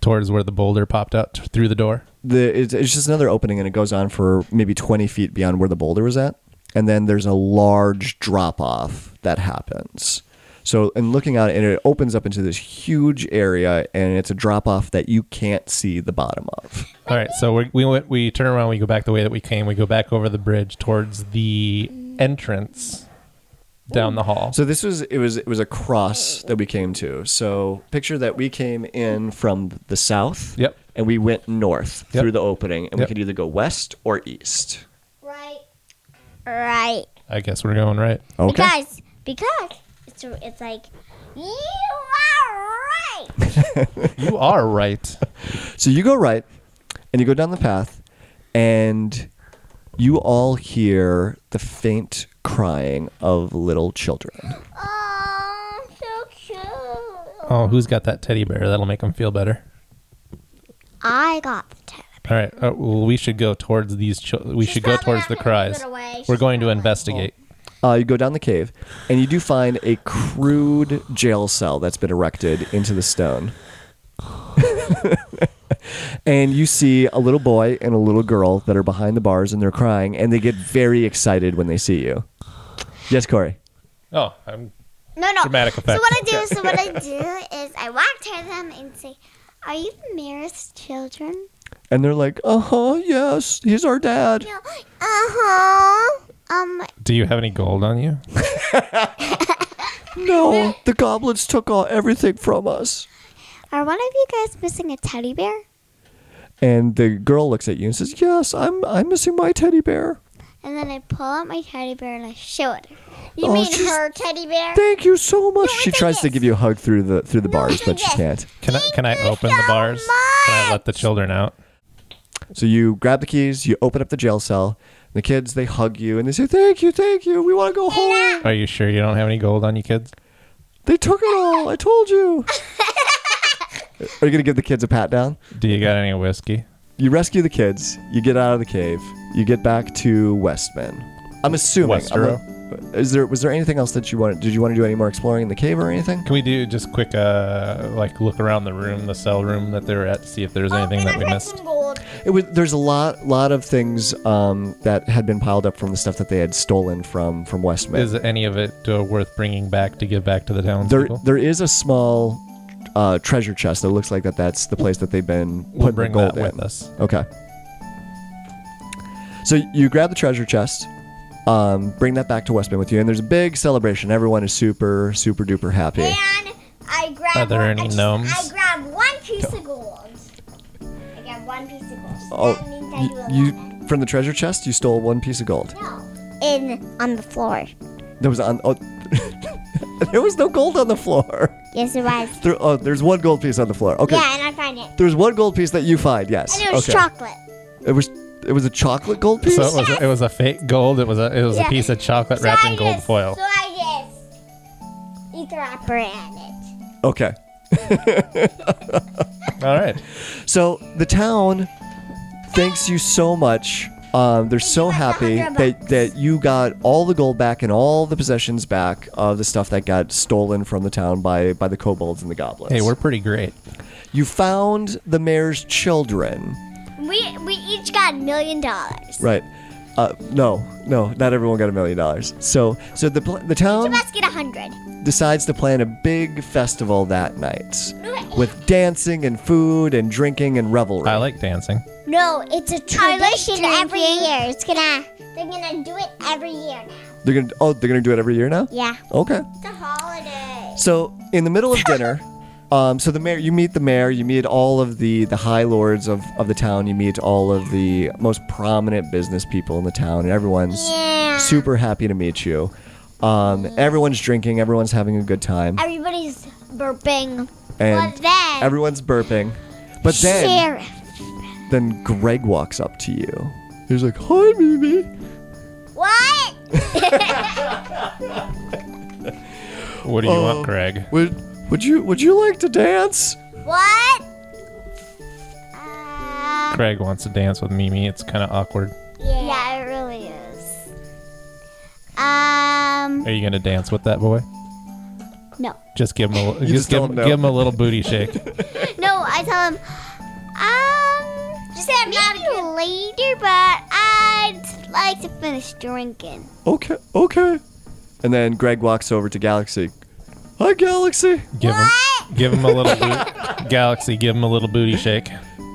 E: towards where the boulder popped out t- through the door.
A: the it's, it's just another opening and it goes on for maybe 20 feet beyond where the boulder was at and then there's a large drop off that happens so and looking out and it opens up into this huge area and it's a drop off that you can't see the bottom of
E: All right, so we we went, we turn around, we go back the way that we came, we go back over the bridge towards the entrance down the hall.
A: so this was it was it was a cross that we came to so picture that we came in from the south
E: Yep.
A: and we went north
E: Yep.
A: through the opening and we
E: Yep.
A: could either go west or east
D: Right. Right.
E: I guess we're going right.
D: Because because it's it's like you are right.
E: You are right.
A: So you go right, and you go down the path, and you all hear the faint crying of little children.
D: Oh, so cute.
E: Oh, who's got that teddy bear? That'll make them feel better.
D: I got the tip.
E: All right, uh, well, we should go towards these. Ch- we should go towards the cries. We're going to investigate.
A: Uh, you go down the cave, and you do find a crude jail cell that's been erected into the stone. and you see a little boy and a little girl that are behind the bars, and they're crying, and they get very excited when they see you. Yes, Corey.
E: Oh, I'm
D: No, no.
E: Dramatic effect.
D: So what I do, so what I do is I walk to them and say, "Are you the mayor's children?"
A: And they're like, uh huh, yes, he's our dad.
D: No. Uh huh. Um.
E: Do you have any gold on you?
A: No, the goblins took all everything from us.
D: Are one of you guys missing a teddy bear?
A: And the girl looks at you and says, "Yes, I'm I'm missing my teddy bear.
D: And then I pull out my teddy bear and I show it. her. You
A: Oh,
D: mean
A: she's-
D: her teddy bear?
A: Thank you so much."
D: No,
A: she
D: it's
A: tries
D: like
A: to
D: this.
A: give you a hug through the through the bars,
D: it's
A: but
D: like
A: she
D: this.
A: can't.
E: Can I can I
D: Thank you
E: open the
D: so
E: bars? Can I
D: much.
E: let the children out?
A: So you grab the keys, you open up the jail cell. The kids they hug you and they say, "Thank you, thank you. We want to go home.
E: Are you sure you don't have any gold on you, kids?
A: They took it all. I told you." Are you gonna give the kids a pat down?
E: Do you got any whiskey?
A: You rescue the kids. You get out of the cave. You get back to Westman. I'm assuming.
E: Westero.
A: I'm- is there was there anything else that you wanted? Did you want to do any more exploring in the cave or anything?
E: Can we do just quick uh like look around the room, the cell room that they're at, see if there's
D: Oh,
E: anything that we missed?
A: It was there's a lot lot of things um, that had been piled up from the stuff that they had stolen from from Westman.
E: Is any of it uh, worth bringing back to give back to the
A: there
E: townspeople?
A: there is a small uh, treasure chest that looks like that. That's the place that they've been putting
E: We'll
A: the
E: bring
A: gold
E: that with
A: in.
E: us.
A: Okay. So you grab the treasure chest, um, bring that back to Westman with you, and there's a big celebration. Everyone is super super duper happy.
D: And I grab.
E: Are there
D: one-
E: any
D: I just-
E: gnomes?
D: I grab one piece of gold. I grab one piece of gold.
A: Oh,
D: that means I do
A: y-
D: a lot.
A: you from the treasure chest you stole one piece of gold.
D: No. In on the floor.
A: There was on oh, there was no gold on the floor.
D: Yes, it was.
A: There, oh, there's one gold piece on the floor. Okay.
D: Yeah, and I find it.
A: There's one gold piece that you find. Yes.
D: And it was
A: okay.
D: chocolate.
A: It was it was a chocolate gold piece.
E: So it was, it was a fake gold. It was a it was a
D: Yeah.
E: piece of chocolate wrapped in gold foil.
D: So I just eat the wrapper and it.
A: okay.
E: All right.
A: So the town thanks you so much. Um, they're so happy that, that you got all the gold back and all the possessions back of the stuff that got stolen from the town by, by the kobolds and the goblins.
E: Hey, we're pretty great.
A: you found the mayor's children.
D: We we each got a million dollars.
A: Right. Uh, no, no, not everyone got a million dollars. So, so the pl- the town
D: Let's get a hundred.
A: decides to plan a big festival that night with dancing and food and drinking and revelry.
E: I like dancing.
D: No, it's a
B: I like
D: tradition every
B: drinking.
D: year. It's gonna they're gonna do it every year now.
A: They're gonna oh they're gonna do it every year now.
D: Yeah.
A: Okay.
D: It's a holiday.
A: So in the middle of dinner, um, so the mayor, you meet the mayor, you meet all of the the high lords of of the town, you meet all of the most prominent business people in the town, and everyone's
D: Yeah. Mm-hmm.
A: super happy to meet you. Um, everyone's drinking, everyone's having a good time,
D: Everybody's burping.
A: and
D: then
A: everyone's burping. But then,
D: Sheriff.
A: then Greg walks up to you. He's like, "Hi, Mimi."
D: What?
E: What do you
A: Oh.
E: want, Greg?
A: Would would you would you like to dance?
D: What?
E: Greg wants to dance with Mimi. It's kind of awkward.
D: Yeah. it really is. Um
E: Are you gonna dance with that boy?
D: No.
E: Just give him a just,
A: just
E: give,
A: don't
E: him,
A: know.
E: give him a little booty shake.
D: No, I tell him um just say I'm not later, but I'd like to finish drinking.
A: Okay, okay. And then Greg walks over to Galaxy. Hi, Galaxy.
E: Give him give him a little boot, Galaxy. Give him a little booty shake.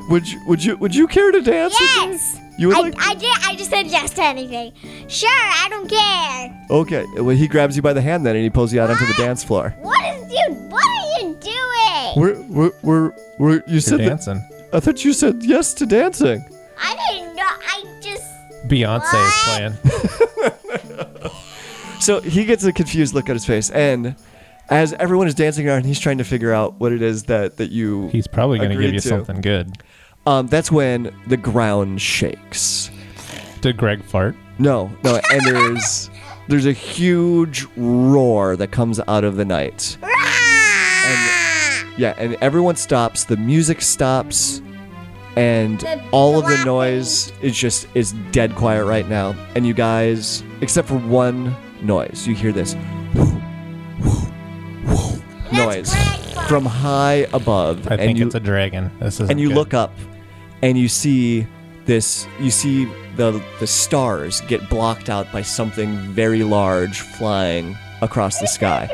A: Would you would you would you care to dance? with me?
D: Yes!
A: You would
D: I,
A: like
D: I did I just said yes to anything. Sure, I don't care.
A: Okay. Well, he grabs you by the hand then, and he pulls you out onto the dance floor.
D: What is dude, what are you doing?
A: We're we're we're, we're you
E: You're
A: said that,
E: dancing.
A: I thought you said yes to dancing.
D: I didn't know I just
E: Beyonce is playing.
A: So he gets a confused look on his face, and as everyone is dancing around, he's trying to figure out what it is that that you.
E: He's probably gonna
A: Agreed
E: give you
A: to.
E: something good.
A: Um, that's when the ground shakes.
E: Did Greg fart?
A: No, no, and there's there's a huge roar that comes out of the night. And, yeah, and everyone stops. The music stops, and all of the
D: laughing.
A: noise is just is dead quiet right now. And you guys, except for one noise, you hear this noise from high above,
E: I
A: and
E: think
A: you
E: it's a dragon. This is
A: and you look up and you see this you see the the stars get blocked out by something very large flying across the sky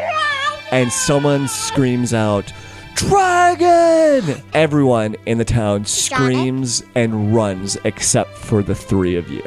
A: and someone screams out dragon everyone in the town screams and runs except for the three of you